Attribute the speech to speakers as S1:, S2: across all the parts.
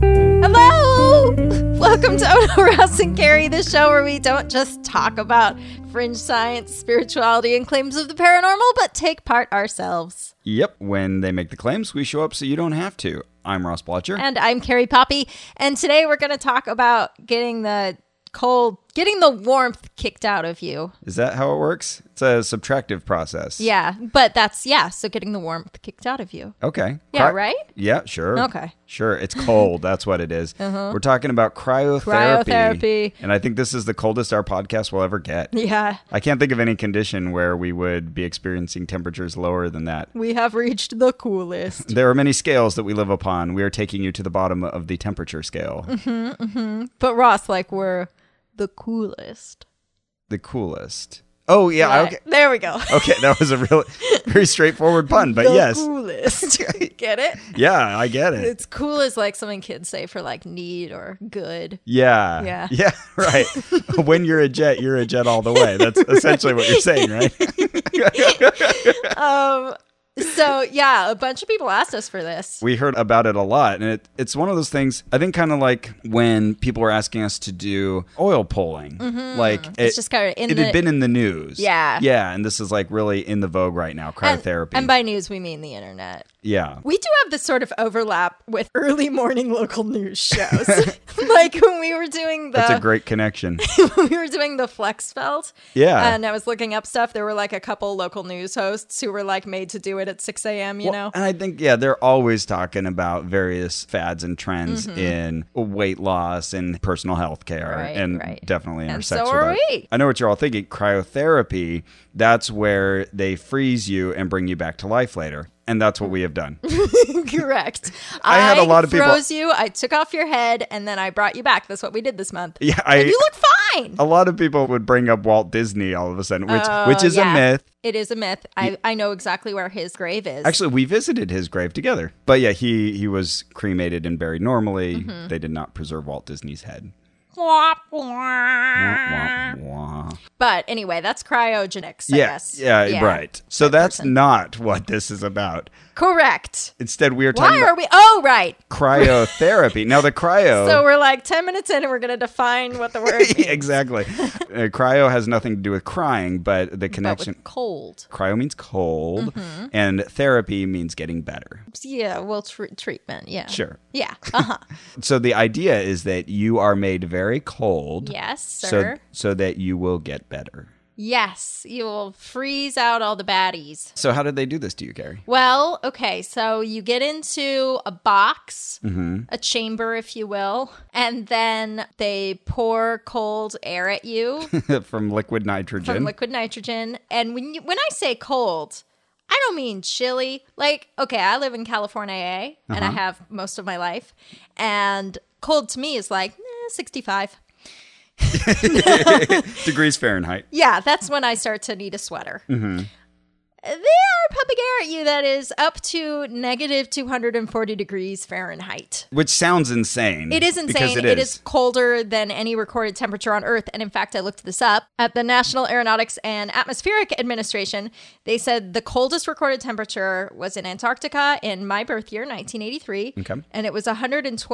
S1: Hello! Welcome to Odo Rouse and Carrie, the show where we don't just talk about fringe science, spirituality, and claims of the paranormal, but take part ourselves.
S2: Yep, when they make the claims, we show up so you don't have to. I'm Ross Blotcher.
S1: And I'm Carrie Poppy, and today we're going to talk about getting the cold, getting the warmth kicked out of you.
S2: Is that how it works? It's a subtractive process.
S1: Yeah, but that's, yeah, so getting the warmth kicked out of you.
S2: Okay.
S1: Yeah, right?
S2: Yeah, sure.
S1: Okay. Uh-huh.
S2: Sure. It's cold. That's what it is. We're talking about cryotherapy.
S1: Cryotherapy.
S2: And I think this is the coldest our podcast will ever get.
S1: Yeah,
S2: I can't think of any condition where we would be experiencing temperatures lower than that.
S1: we have reached the coolest.
S2: There are many scales that we live upon. We are taking you to the bottom of the temperature scale,
S1: But Ross, like, we're the coolest.
S2: the coolest. Oh, yeah.
S1: Right.
S2: Okay.
S1: There we go.
S2: Okay, that was a real, very straightforward pun, but
S1: the
S2: yes.
S1: coolest. Get it?
S2: Yeah, I get it.
S1: It's cool is like something kids say for like need or good.
S2: Yeah.
S1: Yeah.
S2: Yeah. Right. when you're a jet, you're a jet all the way. That's essentially what you're saying, right?
S1: So yeah, a bunch of people asked us for this.
S2: We heard about it a lot. And it, it's one of those things, I think, kind of like when people were asking us to do oil polling. Like, it,
S1: Mm-hmm. It's just kinda in
S2: it
S1: the-
S2: had been in the news.
S1: Yeah.
S2: Yeah. And this is like really in the vogue right now
S1: And-
S2: cryotherapy.
S1: And, by news we mean the internet.
S2: yeah.
S1: We do have this sort of overlap with early morning local news shows. like when we were doing
S2: That's a
S1: the
S2: great connection.
S1: when we were doing the Flexfeld.
S2: Yeah.
S1: And I was looking up stuff. There were like a couple local news hosts who were like made to do it at six AM, you
S2: Well,
S1: know?
S2: And I think, yeah, they're always talking about various fads and trends in weight loss and personal health care
S1: Mm-hmm. Right,
S2: and
S1: right.
S2: definitely intersects
S1: so are
S2: with that.
S1: we.
S2: I know what you're all thinking. Cryotherapy, that's where they freeze you and bring you back to life later. And that's what we have done.
S1: Correct.
S2: I had a lot of people-
S1: froze you. I took off your head, and then I brought you back. That's what we did this month.
S2: Yeah, I-
S1: and you look fine.
S2: a lot of people would bring up Walt Disney all of a sudden, which
S1: Oh,
S2: which is
S1: yeah.
S2: a myth.
S1: It is a myth. I, I know exactly where his grave is.
S2: Actually, we visited his grave together. But yeah, he he was cremated and buried normally.
S1: Mm-hmm.
S2: They did not preserve Walt Disney's head.
S1: Wah, wah.
S2: Wah, wah, wah.
S1: But anyway, that's cryogenics. I guess.
S2: Yeah, right. So that's not what this is about.
S1: Correct.
S2: Instead, we are
S1: Why
S2: talking
S1: are
S2: about
S1: we? Oh, right.
S2: cryotherapy. now, the cryo.
S1: So we're like ten minutes in, and we're gonna define what the word means.
S2: exactly. Uh, cryo has nothing to do with crying, but the
S1: But Mm-hmm.
S2: connection.
S1: with cold.
S2: cryo means cold, and therapy means getting better.
S1: Yeah. Well, tr- treatment. Yeah.
S2: Sure.
S1: Yeah. Uh huh.
S2: So the idea is that you are made very cold.
S1: yes,
S2: So,
S1: sir.
S2: so that you will get better.
S1: Yes, you will freeze out all the baddies.
S2: So how did they do this to you, Gary?
S1: Well, okay, so you get into a box, a chamber, if you will, and then they pour cold air at you
S2: From liquid nitrogen.
S1: from liquid nitrogen. And when you, when I say cold, I don't mean chilly. Like, okay, I live in California, eh, and I have most of my life, and cold to me is like eh, sixty-five.
S2: Degrees Fahrenheit.
S1: Yeah, that's when I start to need a sweater. They are pumping air at you that is up to negative 240 degrees Fahrenheit.
S2: Which sounds insane.
S1: It is
S2: Because
S1: insane.
S2: it
S1: it is colder than any recorded temperature on Earth. And in fact, I looked this up at the National Aeronautics and Atmospheric Administration. They said the coldest recorded temperature was in Antarctica in my birth year, 1983.
S2: Okay.
S1: And it was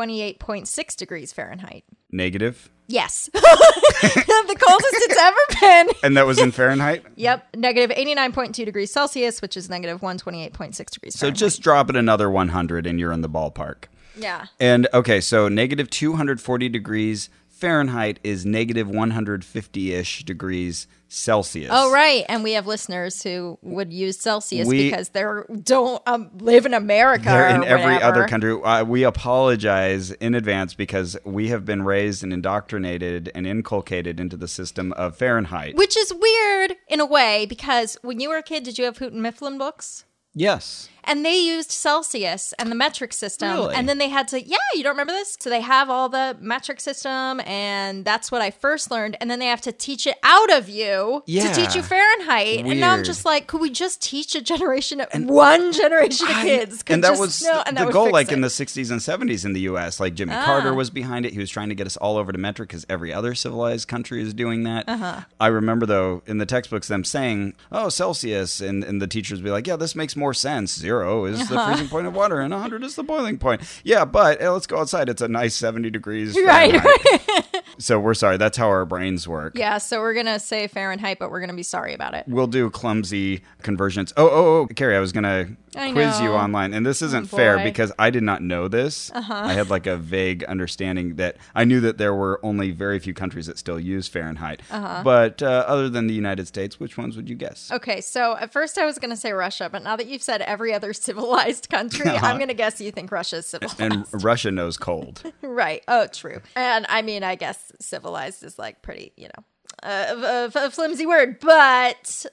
S1: 128.6 degrees Fahrenheit.
S2: Negative.
S1: Yes. the coldest it's ever been.
S2: And that was in Fahrenheit?
S1: Yep, negative 89.2 degrees Celsius, which is negative 128.6 degrees
S2: So
S1: Fahrenheit.
S2: just drop it another 100 and you're in the ballpark.
S1: yeah.
S2: And okay, so negative 240 degrees Fahrenheit is negative 150 ish degrees Celsius.
S1: Oh right, and we have listeners who would use Celsius
S2: We-
S1: because they don't um, live in America.
S2: They're
S1: or
S2: in every other
S1: whatever.
S2: country. Uh, we apologize in advance because we have been raised and indoctrinated and inculcated into the system of Fahrenheit.
S1: Which is weird in a way because when you were a kid, did you have Hooten Mifflin books?
S2: yes.
S1: And they used Celsius and the metric system.
S2: Really?
S1: And then they had to, yeah, you don't remember this? So they have all the metric system, and that's what I first learned. And then they have to teach it out of you
S2: Yeah.
S1: to teach you Fahrenheit. And now I'm
S2: Weird.
S1: just like, could we just teach a generation of one generation of kids? could
S2: and that
S1: just
S2: was
S1: know- and that
S2: the
S1: would
S2: goal,
S1: fix
S2: like
S1: it.
S2: in the 60s and 70s in the U.S. Like Jimmy
S1: Ah.
S2: Carter was behind it. He was trying to get us all over to metric because every other civilized country is doing that.
S1: Uh-huh.
S2: I remember though in the textbooks them saying, "Oh, Celsius," and, and the teachers would be like, "Yeah, this makes more sense. Zero is the
S1: Uh-huh.
S2: freezing point of water, and 100 is the boiling point. Yeah, but eh, let's go outside. It's a nice 70 degrees.
S1: Right,
S2: Fahrenheit." so we're sorry. That's how our brains work.
S1: Yeah, so we're gonna say Fahrenheit, but we're gonna be sorry about it.
S2: We'll do clumsy conversions. Oh, oh, oh, Carrie, I was going to
S1: I
S2: quiz you
S1: know. Oh,
S2: online. And this isn't fair
S1: boy. Uh-huh.
S2: because I did not know this. I had like a vague understanding that I knew that there were only very few countries that still use Fahrenheit.
S1: Uh-huh.
S2: But uh, other than the United States, which ones would you guess?
S1: Okay, so at first I was gonna say Russia, but now that you've said every other civilized country,
S2: Uh-huh.
S1: I'm gonna guess you think Russia's civilized.
S2: And Russia knows cold.
S1: right. Oh, true. And I mean, I guess civilized is like pretty, you know, a, a, a flimsy word, but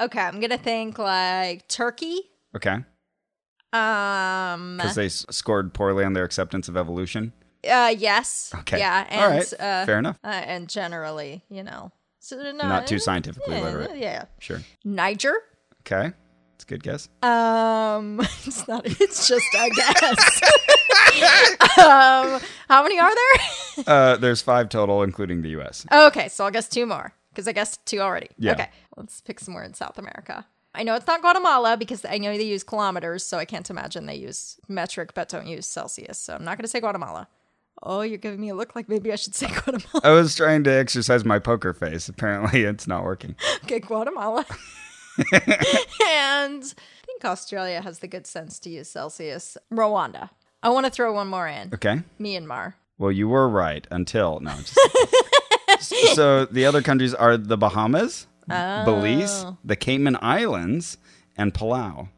S1: okay, I'm gonna think like Turkey.
S2: Okay.
S1: Um.
S2: Because they s- scored poorly on their acceptance of evolution.
S1: Uh. Yes.
S2: Okay.
S1: Yeah.
S2: All
S1: And
S2: right,
S1: uh,
S2: fair enough.
S1: Uh, and generally, you know, so no,
S2: Not too
S1: eh,
S2: scientifically
S1: yeah,
S2: literate.
S1: Yeah.
S2: Sure.
S1: Niger.
S2: Okay. It's a good guess.
S1: Um, it's not. It's just I guess. um, how many are there?
S2: Uh, there's five total, including the U.S.
S1: okay, so I'll guess two more because I guessed two already.
S2: Yeah.
S1: Okay, let's pick some more in South America. I know it's not Guatemala because I know they use kilometers, so I can't imagine they use metric, but don't use Celsius. So I'm not going to say Guatemala. Oh, you're giving me a look like maybe I should say Guatemala.
S2: I was trying to exercise my poker face. Apparently, it's not working.
S1: Okay, Guatemala. and I think Australia has the good sense to use Celsius. Rwanda. I want to throw one more in.
S2: Okay.
S1: Myanmar.
S2: Well, you were right until no. I'm just- S- so the other countries are the Bahamas, Belize, the Cayman Islands, and Palau,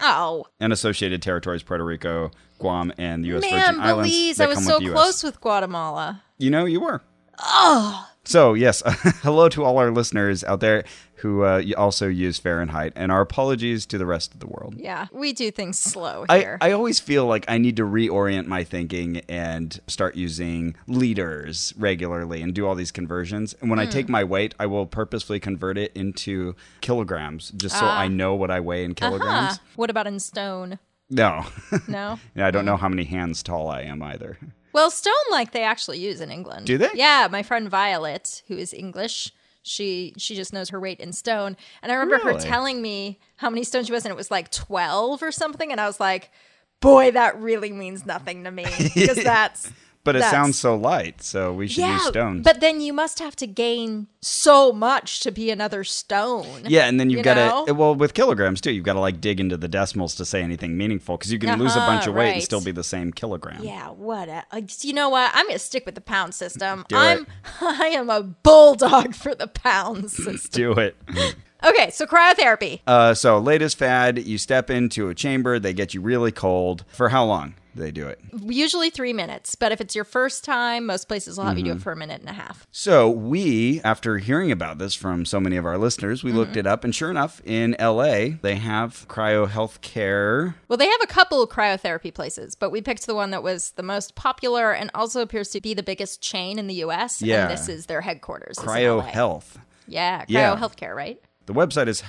S1: Oh,
S2: and associated territories: Puerto Rico, Guam, and the U.S.
S1: man,
S2: Virgin Islands.
S1: Belize.
S2: that
S1: I was
S2: come
S1: so
S2: with the US.
S1: close with Guatemala.
S2: You know, you were. Oh. So yes, hello to all our listeners out there who uh, y- also use Fahrenheit, and our apologies to the rest of the world.
S1: Yeah, we do things slow
S2: I,
S1: here.
S2: I always feel like I need to reorient my thinking and start using liters regularly and do all these conversions. And when I
S1: Hmm.
S2: take my weight, I will purposefully convert it into kilograms just so
S1: Ah.
S2: I know what I weigh
S1: Uh-huh.
S2: in kilograms.
S1: Huh. What about in stone?
S2: No.
S1: No.
S2: Yeah, I don't know how many hands tall I am either.
S1: Well, stone like they actually use in England.
S2: Do they?
S1: Yeah, my friend Violet, who is English, she she just knows her weight in stone. And I remember her
S2: Really?
S1: telling me how many stones she was, and it was like twelve or something. And I was like, "Boy, that really means nothing to me because that's."
S2: But it
S1: That's-
S2: sounds so light, so we should use stones.
S1: but then you must have to gain so much to be another stone.
S2: yeah, and then you've
S1: you
S2: got to
S1: know?
S2: well with kilograms too. You've got to like dig into the decimals to say anything meaningful because you can lose a
S1: Uh-huh,
S2: bunch of weight and
S1: right.
S2: still be the same kilogram.
S1: Yeah, what? A, uh, you know what? I'm gonna stick with the pound system.
S2: Do it.
S1: I'm I am a bulldog for the pound system.
S2: Do it.
S1: Okay, so cryotherapy.
S2: Uh, so latest fad, you step into a chamber, they get you really cold. For how long do they do it?
S1: Usually three minutes, but if it's your first time, most places will have you do
S2: Mm-hmm.
S1: it for a minute and a half.
S2: So we, after hearing about this from so many of our listeners, we
S1: Mm-hmm.
S2: looked it up, and sure enough, in LA they have cryo health care.
S1: Well, they have a couple cryotherapy places, but we picked the one that was the most popular and also appears to be the biggest chain in the U.S.
S2: Yeah.
S1: and this is their headquarters. is in
S2: Cryo
S1: LA.
S2: health.
S1: Yeah, cryo
S2: Yeah.
S1: healthcare, right?
S2: The website is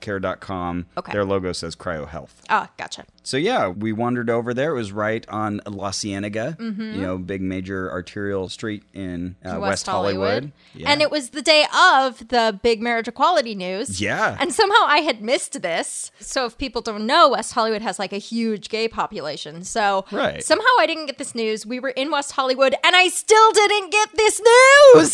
S2: cryohealthcare.com.
S1: Okay.
S2: Their logo says cryo health.
S1: Ah, gotcha.
S2: So yeah, we wandered over there. It was right on La Cienega,
S1: Mm-hmm.
S2: you know, big major arterial street in uh, West, Hollywood. Yeah.
S1: And it was the day of the big marriage equality news.
S2: Yeah.
S1: And somehow I had missed this. So if people don't know, West Hollywood has like a huge gay population. So
S2: Right.
S1: somehow I didn't get this news. We were in West Hollywood and I still didn't get this news.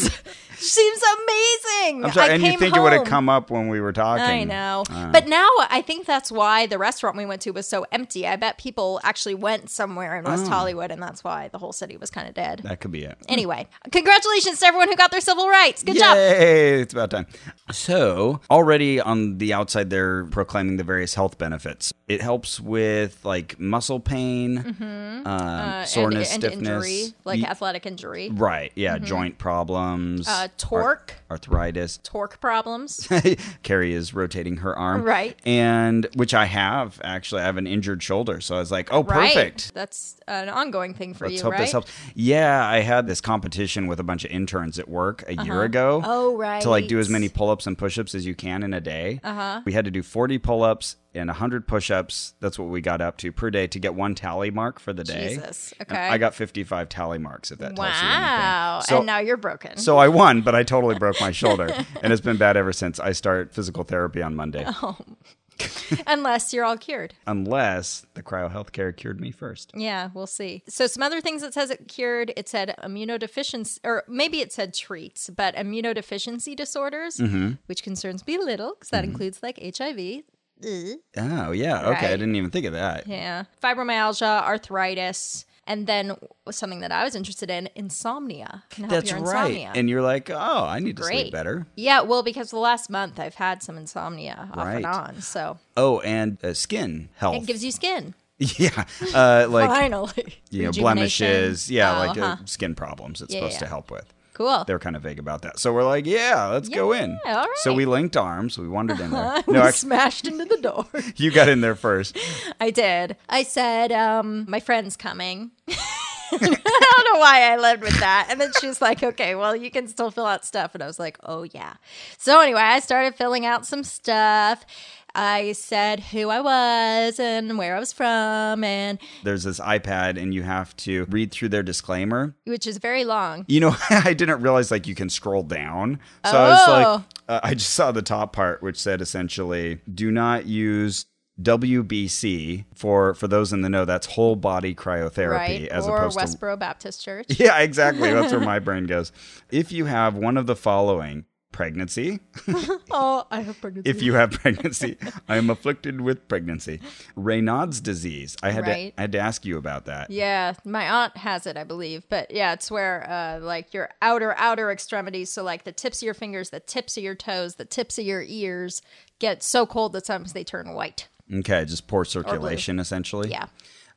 S1: Seems amazing.
S2: I'm sorry,
S1: I
S2: and you
S1: came
S2: think it would have
S1: home.
S2: come up when we were talking. Uh,
S1: I know. But now I think that's why the restaurant we went to was so empty. I bet people actually went somewhere in West Hollywood and that's why the whole city was kind of dead.
S2: Oh. That could be it.
S1: Anyway, congratulations to everyone who got their civil rights. Good job.
S2: Yay! It's about time. So, already on the outside, they're proclaiming the various health benefits. It helps with like muscle pain, um,
S1: Mm-hmm. Uh,
S2: soreness,
S1: and, and
S2: stiffness,
S1: injury, like
S2: Ye- Mm.
S1: athletic injury,
S2: right? Yeah, joint problems,
S1: uh, torque,
S2: arthritis.
S1: Torque problems.
S2: Carrie is rotating her arm.
S1: Right.
S2: And which I have actually, I have an injured shoulder. So I was like, oh, perfect.
S1: Right. That's an ongoing thing for
S2: Let's
S1: you,
S2: hope
S1: right?
S2: this helps. Yeah, I had this competition with a bunch of interns at work a year ago.
S1: Oh,
S2: To like do as
S1: right.
S2: many pull ups and push ups as you can in a day. Uh-huh. We had to do 40 pull ups and 100 push ups. That's what we got up to per day to get one tally mark for the day.
S1: Jesus.
S2: And
S1: Okay.
S2: I got 55 tally marks, if that tells you
S1: Wow.
S2: anything. So-
S1: and now you're broken.
S2: so I won, but I totally broke my shoulder, and it's been bad ever since. I start physical therapy on Monday,
S1: Oh. Unless you're all cured.
S2: unless the cryo healthcare cured me first.
S1: Yeah, we'll see. So some other things that says it cured, it said immunodeficiency or maybe it said treats, but immunodeficiency disorders,
S2: Mm-hmm.
S1: which concerns me a little cuz that includes like HIV. Ugh.
S2: Oh yeah, okay.
S1: Right.
S2: I didn't even think of that.
S1: Yeah. Fibromyalgia, arthritis, and then something that I was interested in, insomnia. Can help
S2: That's
S1: your
S2: right.
S1: insomnia.
S2: And you're like, oh, I need to
S1: Great.
S2: sleep better.
S1: yeah, well, because the last month I've had some insomnia off
S2: Right.
S1: and on. So
S2: Oh, and uh, skin health.
S1: it gives you skin.
S2: yeah, uh, like
S1: Finally.
S2: you know,
S1: Rejuvenation.
S2: blemishes. Yeah,
S1: Oh,
S2: like
S1: huh.
S2: uh, skin problems. It's
S1: Yeah,
S2: supposed
S1: yeah.
S2: to help with.
S1: Cool.
S2: They're kind of vague about that. So we're like, yeah, let's go in.
S1: Yeah, all
S2: So
S1: right.
S2: we linked arms. We wandered in there.
S1: We
S2: No, actually,
S1: smashed into the door.
S2: you got in there first.
S1: I did. I said, um, my friend's coming. I don't know why I led with that. And then she was like, okay, well, you can still fill out stuff. And I was like, oh, yeah. So anyway, I started filling out some stuff. I said who I was and where I was from, and
S2: there's this iPad and you have to read through their disclaimer.
S1: which is very long.
S2: You know, I didn't realize like you can scroll down. So I was like,
S1: Oh.
S2: uh, I just saw the top part, which said essentially, do not use WBC for for those in the know. That's whole body cryotherapy,
S1: right?
S2: as
S1: or
S2: opposed to
S1: Westboro Baptist Church.
S2: yeah, exactly. That's where my brain goes. If you have one of the following. Pregnancy.
S1: oh, I have pregnancy.
S2: If you have pregnancy, I am afflicted with pregnancy. Raynaud's disease. I had
S1: Right.
S2: to I had to ask you about that.
S1: Yeah, my aunt has it, I believe. But yeah, it's where uh, like your outer outer extremities, so like the tips of your fingers, the tips of your toes, the tips of your ears get so cold that sometimes they turn white.
S2: Okay, just poor circulation essentially.
S1: Yeah.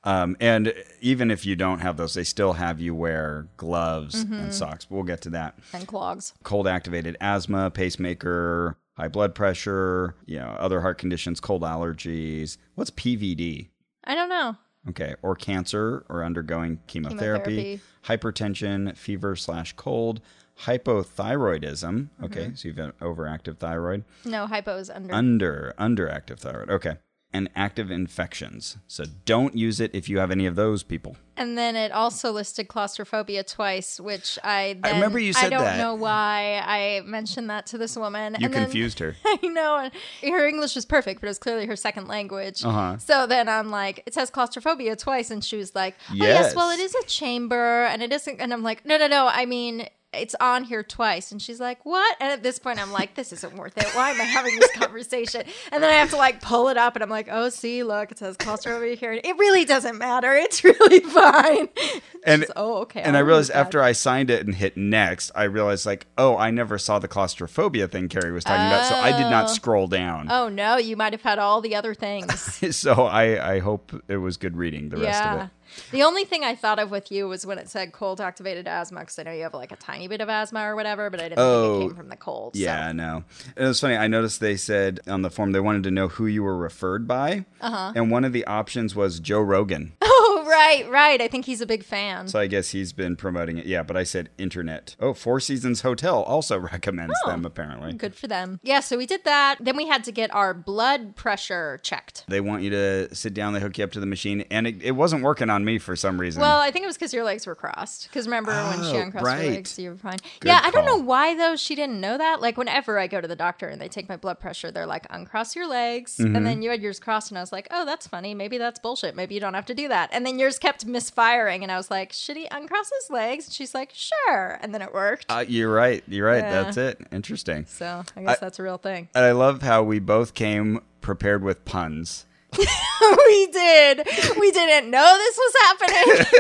S2: Um, and even if you don't have those, they still have you wear gloves
S1: Mm-hmm.
S2: and socks. We'll get to that.
S1: And clogs.
S2: Cold activated asthma, pacemaker, high blood pressure, you know, other heart conditions, cold allergies. What's PVD?
S1: I don't know.
S2: Okay, or cancer or undergoing chemotherapy, hypertension, fever slash cold, hypothyroidism. Okay,
S1: Mm-hmm.
S2: so you've got overactive thyroid,
S1: No, hypo is under.
S2: under underactive thyroid. Okay, and active infections. So don't use it if you have any of those people.
S1: and then it also listed claustrophobia twice, which I then,
S2: remember you
S1: I
S2: said
S1: don't
S2: that.
S1: know why I mentioned that to this woman.
S2: You
S1: and then-
S2: confused her.
S1: I know. and Her English was perfect, but it was clearly her second language.
S2: Uh-huh.
S1: So then I'm like, it says claustrophobia twice. And she was like, oh, yes.
S2: Yes.
S1: well, it is a chamber and it isn't. And I'm like, no, no, no. I mean, it's on here twice. And she's like, what? And at this point, I'm like, this isn't worth it. Why am I having this conversation? And then I have to like pull it up and I'm like, oh, see, look, it says claustrophobia here. It really doesn't matter. It's really fine.
S2: And-
S1: She's, oh, okay.
S2: And I
S1: I'll
S2: realized
S1: read that."
S2: after I signed it and hit next, I realized like, oh, I never saw the claustrophobia thing Carrie was talking about, so I did not scroll down.
S1: Oh, no, you might have had all the other things.
S2: So I I hope it was good reading the rest of it.
S1: The only thing I thought of with you was when it said cold activated asthma, because I know you have like a tiny bit of asthma or whatever, but I didn't
S2: Oh,
S1: think it came from the cold. so-
S2: Yeah, I know. And it was funny. I noticed they said on the form they wanted to know who you were referred by, uh-huh. and one of the options was Joe Rogan.
S1: Oh, right, right. I think he's a big fan.
S2: So I guess he's been promoting it. Yeah, but I said internet. Oh, Four Seasons Hotel also recommends them apparently.
S1: Oh, Good for them. Yeah, so we did that. Then we had to get our blood pressure checked.
S2: They want you to sit down. They hook you up to the machine, and it, it wasn't working on me for some reason.
S1: Well, I think it was because your legs were crossed. Because remember when she
S2: Oh,
S1: uncrossed her
S2: right.
S1: legs, you were fine. yeah, I don't
S2: call.
S1: know why though she didn't know that. Like whenever I go to the doctor and they take my blood pressure, they're like, uncross your legs,
S2: Mm-hmm.
S1: and then you had yours crossed, and I was like, oh, that's funny. Maybe that's bullshit. Maybe you don't have to do that. And then yours kept misfiring, and I was like, should he uncross his legs? And she's like, sure, and then it worked.
S2: Uh, you're right. You're right.
S1: Yeah.
S2: That's it. Interesting.
S1: so I guess that's a real thing.
S2: And I love how we both came prepared with puns.
S1: we did. We didn't know this was happening.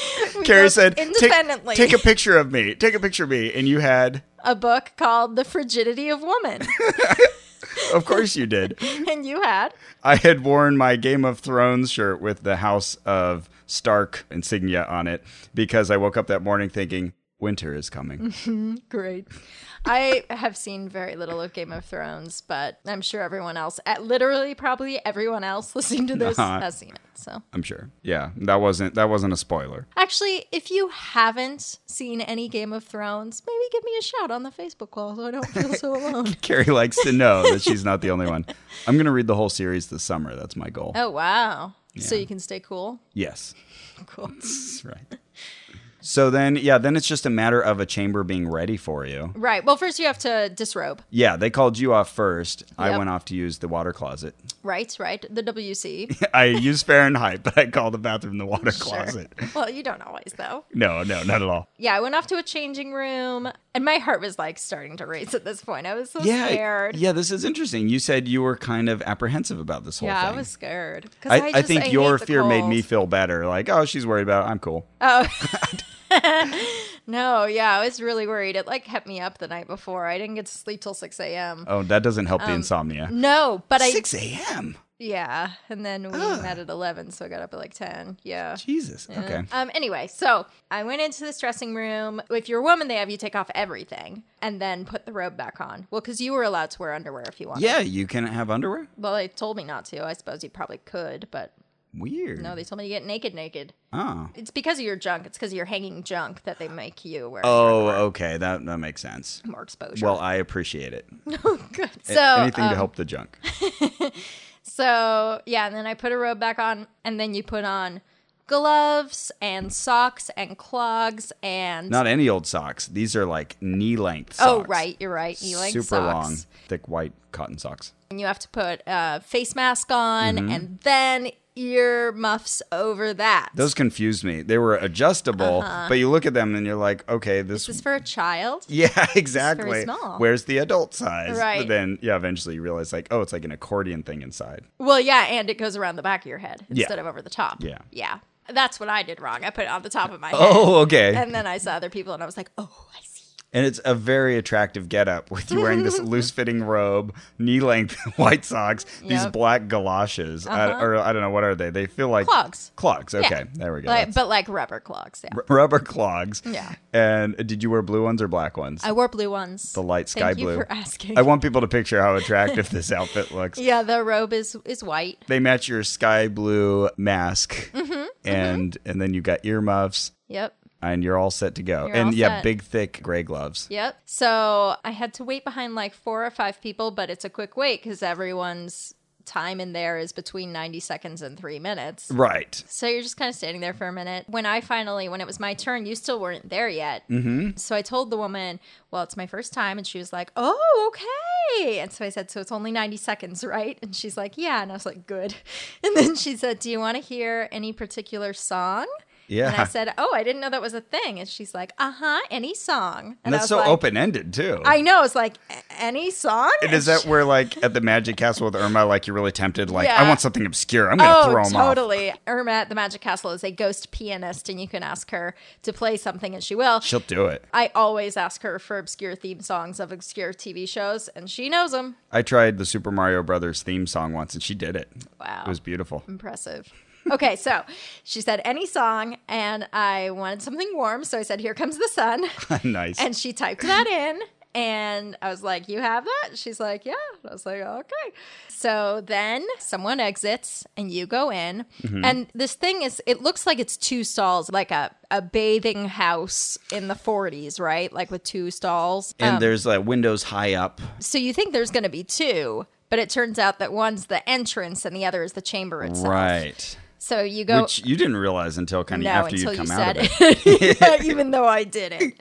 S1: We
S2: Carrie
S1: both
S2: said, "Take-
S1: independently.
S2: Take, a picture of me. Take a picture of me." And you had,
S1: a book called The Frigidity of Woman,
S2: of course, you did.
S1: and you had.
S2: I had worn my Game of Thrones shirt with the House of Stark insignia on it because I woke up that morning thinking winter is coming.
S1: Great. I have seen very little of Game of Thrones, but I'm sure everyone else, at literally probably everyone else listening to this,
S2: Uh-huh.
S1: has seen it. So,
S2: I'm sure. Yeah, that wasn't that wasn't a spoiler.
S1: actually, if you haven't seen any Game of Thrones, maybe give me a shout on the Facebook wall so I don't feel so alone.
S2: Carrie likes to know that she's not the only one. I'm going to read the whole series this summer. That's my goal.
S1: Oh wow! So
S2: Yeah.
S1: you can stay cool.
S2: Yes.
S1: Cool.
S2: That's right. So then, yeah, then it's just a matter of a chamber being ready for you.
S1: Right. Well, first you have to disrobe.
S2: Yeah, they called you off first. I
S1: Yep.
S2: went off to use the water closet.
S1: Right. Right. The WC.
S2: I used Fahrenheit, but I called the bathroom the water
S1: Sure.
S2: closet.
S1: Well, you don't always though.
S2: No, no, not at all.
S1: Yeah, I went off to a changing room, and my heart was like starting to race at this point. I was so
S2: Yeah,
S1: scared.
S2: yeah. This is interesting. You said you were kind of apprehensive about this whole
S1: Yeah,
S2: thing.
S1: I was scared. 'Cause
S2: I, I
S1: just-
S2: think
S1: hate
S2: your
S1: the
S2: fear made me
S1: cold. Uh,
S2: feel better. Like, oh, she's worried about it. I'm cool.
S1: No, yeah, I was really worried. It like kept me up the night before. I didn't get to sleep till six a.m.
S2: Oh, that doesn't help
S1: um,
S2: the insomnia.
S1: No, but I
S2: 6 a.m.
S1: yeah, and then we met at eleven, so I got up at like ten. Yeah.
S2: Jesus. Okay.
S1: Um. Anyway, so I went into this dressing room. If you're a woman, they have you take off everything and then put the robe back on. Well, because you were allowed to wear underwear if you wanted.
S2: Yeah, you can have underwear.
S1: Well, they told me not to. I suppose you probably could, but
S2: Weird.
S1: no, they told me to get naked, naked.
S2: oh.
S1: It's because of your junk. It's because of your hanging junk that they make you wear
S2: Oh, okay. That that makes sense.
S1: more exposure. Oh,
S2: Well, I appreciate it.
S1: Good.
S2: A-
S1: So
S2: anything
S1: um,
S2: to help the junk.
S1: So yeah, and then I put a robe back on, and then you put on gloves and socks and clogs and
S2: Not any old socks. These are like knee length socks.
S1: oh right, you're right, you like
S2: Super
S1: socks.
S2: long, thick white cotton socks.
S1: And you have to put a face mask on,
S2: Mm-hmm.
S1: and then ear muffs over that.
S2: Those confused me. They were adjustable, but you look at them and you're like, okay, this.
S1: Is Uh-huh. this for a child?
S2: yeah, exactly.
S1: small.
S2: Where's the adult size?
S1: Right.
S2: But then, yeah, eventually you realize, like, oh, it's like an accordion thing inside.
S1: Well, yeah, and it goes around the back of your head
S2: Yeah.
S1: instead of over the top.
S2: Yeah.
S1: yeah, that's what I did wrong. I put it on the top of my head,
S2: Oh, okay.
S1: and then I saw other people, and I was like, oh, I see.
S2: And it's a very attractive getup with you wearing this loose fitting robe, knee length white socks, these
S1: Yep. Uh-huh.
S2: black galoshes, I, or I don't know, what are they? They feel like
S1: Clogs.
S2: Clogs, okay.
S1: Yeah.
S2: There we go.
S1: Like,
S2: That's
S1: but like rubber clogs. Yeah.
S2: r- rubber clogs.
S1: Yeah.
S2: And uh, did you wear blue ones or black ones?
S1: I wore blue ones.
S2: the light sky
S1: Thank
S2: blue.
S1: you for asking.
S2: I want people to picture how attractive this outfit looks.
S1: yeah, the robe is is white.
S2: They match your sky blue mask,
S1: Mm-hmm,
S2: and and then you've got earmuffs,
S1: Yep.
S2: and you're all set to go.
S1: You're
S2: and
S1: all
S2: yeah,
S1: set.
S2: big thick gray gloves.
S1: Yep. So I had to wait behind like four or five people, but it's a quick wait because everyone's time in there is between 90 seconds and three minutes.
S2: Right.
S1: So you're just kind of standing there for a minute. When I finally, when it was my turn, you still weren't there yet.
S2: Mm-hmm.
S1: So I told the woman, well, it's my first time. And she was like, oh, okay. And so I said, so it's only 90 seconds, right? And she's like, yeah. And I was like, good. And then she said, do you want to hear any particular song?
S2: Yeah.
S1: And I said, oh, I didn't know that was a thing. And she's like, uh huh, any song.
S2: And
S1: And I
S2: that's
S1: was
S2: so
S1: like,
S2: open ended too.
S1: I know. It's like, "A- any song?
S2: And is that where, like, at the Magic Castle with Irma, like, you're really tempted, like, I
S1: Yeah.
S2: want something obscure. I'm going to
S1: Oh,
S2: throw him off.
S1: totally. Irma at the Magic Castle is a ghost pianist, and you can ask her to play something, and she will.
S2: She'll do it.
S1: I always ask her for obscure theme songs of obscure TV shows, and she knows them.
S2: I tried the Super Mario Brothers theme song once, and she did it.
S1: Wow.
S2: It was beautiful.
S1: Impressive. Okay, so she said any song, and I wanted something warm, so I said, Here comes the sun.
S2: nice.
S1: And she typed that in. And I was like, You have that? She's like, Yeah. And I was like, Okay. So then someone exits and you go in.
S2: Mm-hmm.
S1: And this thing is, it looks like it's two stalls, like a, a bathing house in the 40s, right? Like with two stalls.
S2: and
S1: Um,
S2: there's like windows high up.
S1: so you think there's going to be two, but it turns out that one's the entrance and the other is the chamber itself.
S2: Right.
S1: So you go.
S2: Which you didn't realize until kind of
S1: no,
S2: after
S1: until
S2: you'd
S1: you
S2: come
S1: said
S2: out of it.
S1: it. Yeah, even though I didn't.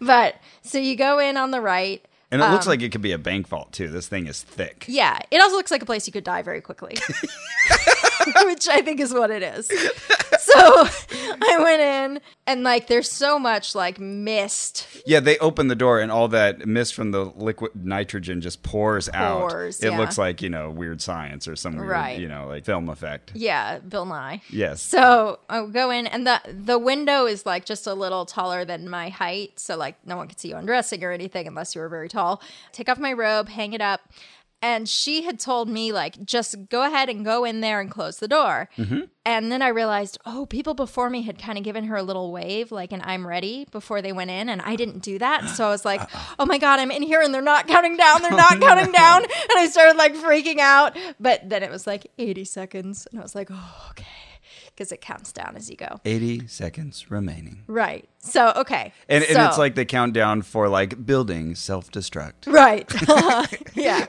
S1: But so you go in on the right.
S2: And it
S1: Um,
S2: looks like it could be a bank vault, too. This thing is thick.
S1: Yeah, it also looks like a place you could die very quickly, which I think is what it is. So I went in, and like, there's so much like mist.
S2: Yeah, they open the door, and all that mist from the liquid nitrogen just pours, out.
S1: Pours,
S2: It
S1: yeah.
S2: looks like, you know, weird science or some weird,
S1: Right.
S2: you know, like film effect.
S1: Yeah, Bill Nye.
S2: Yes.
S1: So I go in, and the the window is like just a little taller than my height, so like no one could see you undressing or anything unless you were very tall. Take off my robe, hang it up, And she had told me, like, just go ahead and go in there and close the door. And then I realized, oh, people before me had kind of given her a little wave, like an I'm ready before they went in. And I didn't do that. So I was like, oh my God, I'm in here and they're not counting down. They're not counting down. And I started like freaking out. But then it was like 80 seconds. And I was like, oh, okay. Because it counts down as you go.
S2: 80 seconds remaining.
S1: Right. So, okay.
S2: And,
S1: So-
S2: and it's like the countdown for like building self destruct.
S1: Right. yeah.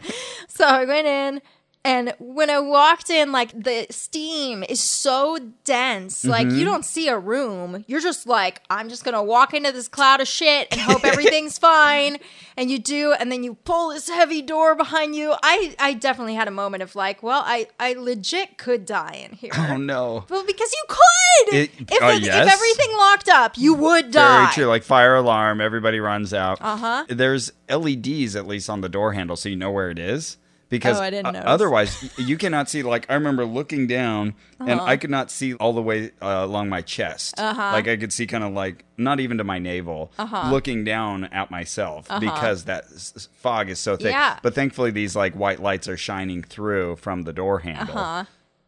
S1: So I went in and when I walked in, like the steam is so dense. Like
S2: Mm-hmm.
S1: you don't see a room. You're just like, I'm just gonna walk into this cloud of shit and hope everything's fine. And you do, and then you pull this heavy door behind you. I I definitely had a moment of like, well, I I legit could die in here.
S2: Oh no.
S1: Well, because you could.
S2: It-
S1: if,
S2: uh,
S1: it-
S2: yes.
S1: if everything locked up, you would die.
S2: Very true. Like fire alarm, everybody runs out. Uh
S1: Uh-huh.
S2: There's LEDs at least on the door handle, so you know where it is. Because
S1: Oh, I didn't
S2: o-
S1: notice.
S2: otherwise, y- you cannot see. Like I remember looking down, and
S1: Uh-huh.
S2: I could not see all the way uh, along my chest. Uh-huh. Like I could see kind of like not even to my navel, uh-huh. looking down at myself because that s- s- fog is so thick.
S1: Uh-huh. Yeah.
S2: But thankfully, these like white lights are shining through from the door handle. Uh-huh.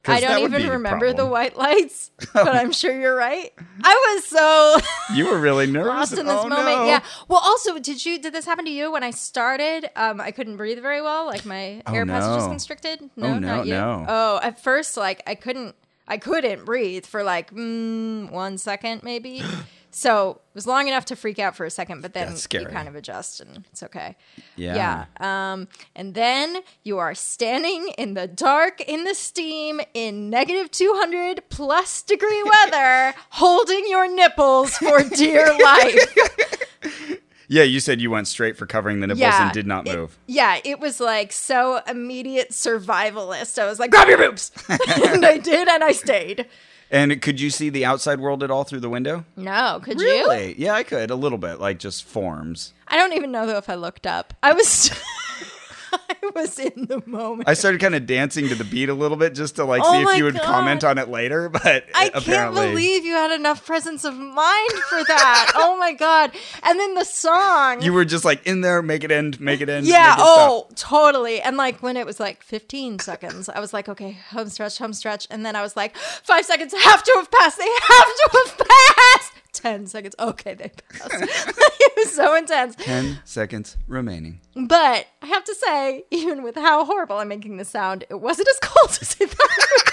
S1: I don't even remember the white lights, but I'm sure you're right. I was so
S2: You were really nervous.
S1: lost in this
S2: Oh,
S1: moment.
S2: no.
S1: Yeah. Well, also, did you did this happen to you when I started? Um, I couldn't breathe very well. Like my air passages
S2: Oh, no.
S1: constricted. No,
S2: Oh, no,
S1: not you.
S2: no.
S1: Oh, at first, like I couldn't, I couldn't breathe for like mm, one second, maybe. so it was long enough to freak out for a second, but then
S2: That's scary.
S1: you kind of adjust and it's okay.
S2: Yeah.
S1: Yeah. Um, and then you are standing in the dark, in the steam, in negative 200 plus degree weather, holding your nipples for dear life.
S2: Yeah, you said you went straight for covering the nipples
S1: Yeah.
S2: and did not
S1: It-
S2: move.
S1: yeah. It was like so immediate survivalist. I was like, grab your boobs. and I did, and I stayed.
S2: And could you see the outside world at all through the window?
S1: No, could you?
S2: Really? Yeah, I could a little bit, like just forms.
S1: I don't even know though if I looked up. I was. I was in the moment.
S2: I started kind of dancing to the beat a little bit just to like
S1: Oh
S2: see if
S1: my
S2: you would
S1: God.
S2: comment on it later, but
S1: I can't
S2: apparently
S1: believe you had enough presence of mind for that. oh my god! And then the song.
S2: you were just like in there, make it end, make it end.
S1: yeah.
S2: make it stop.
S1: Oh, totally. And like when it was like 15 seconds, I was like, okay, home stretch, home stretch. And then I was like, five seconds have to have passed. They have to have passed. 10 seconds. Okay, they passed. it was so intense.
S2: 10 seconds remaining.
S1: But I have to say, even with how horrible I'm making the sound, it wasn't as cold as I thought it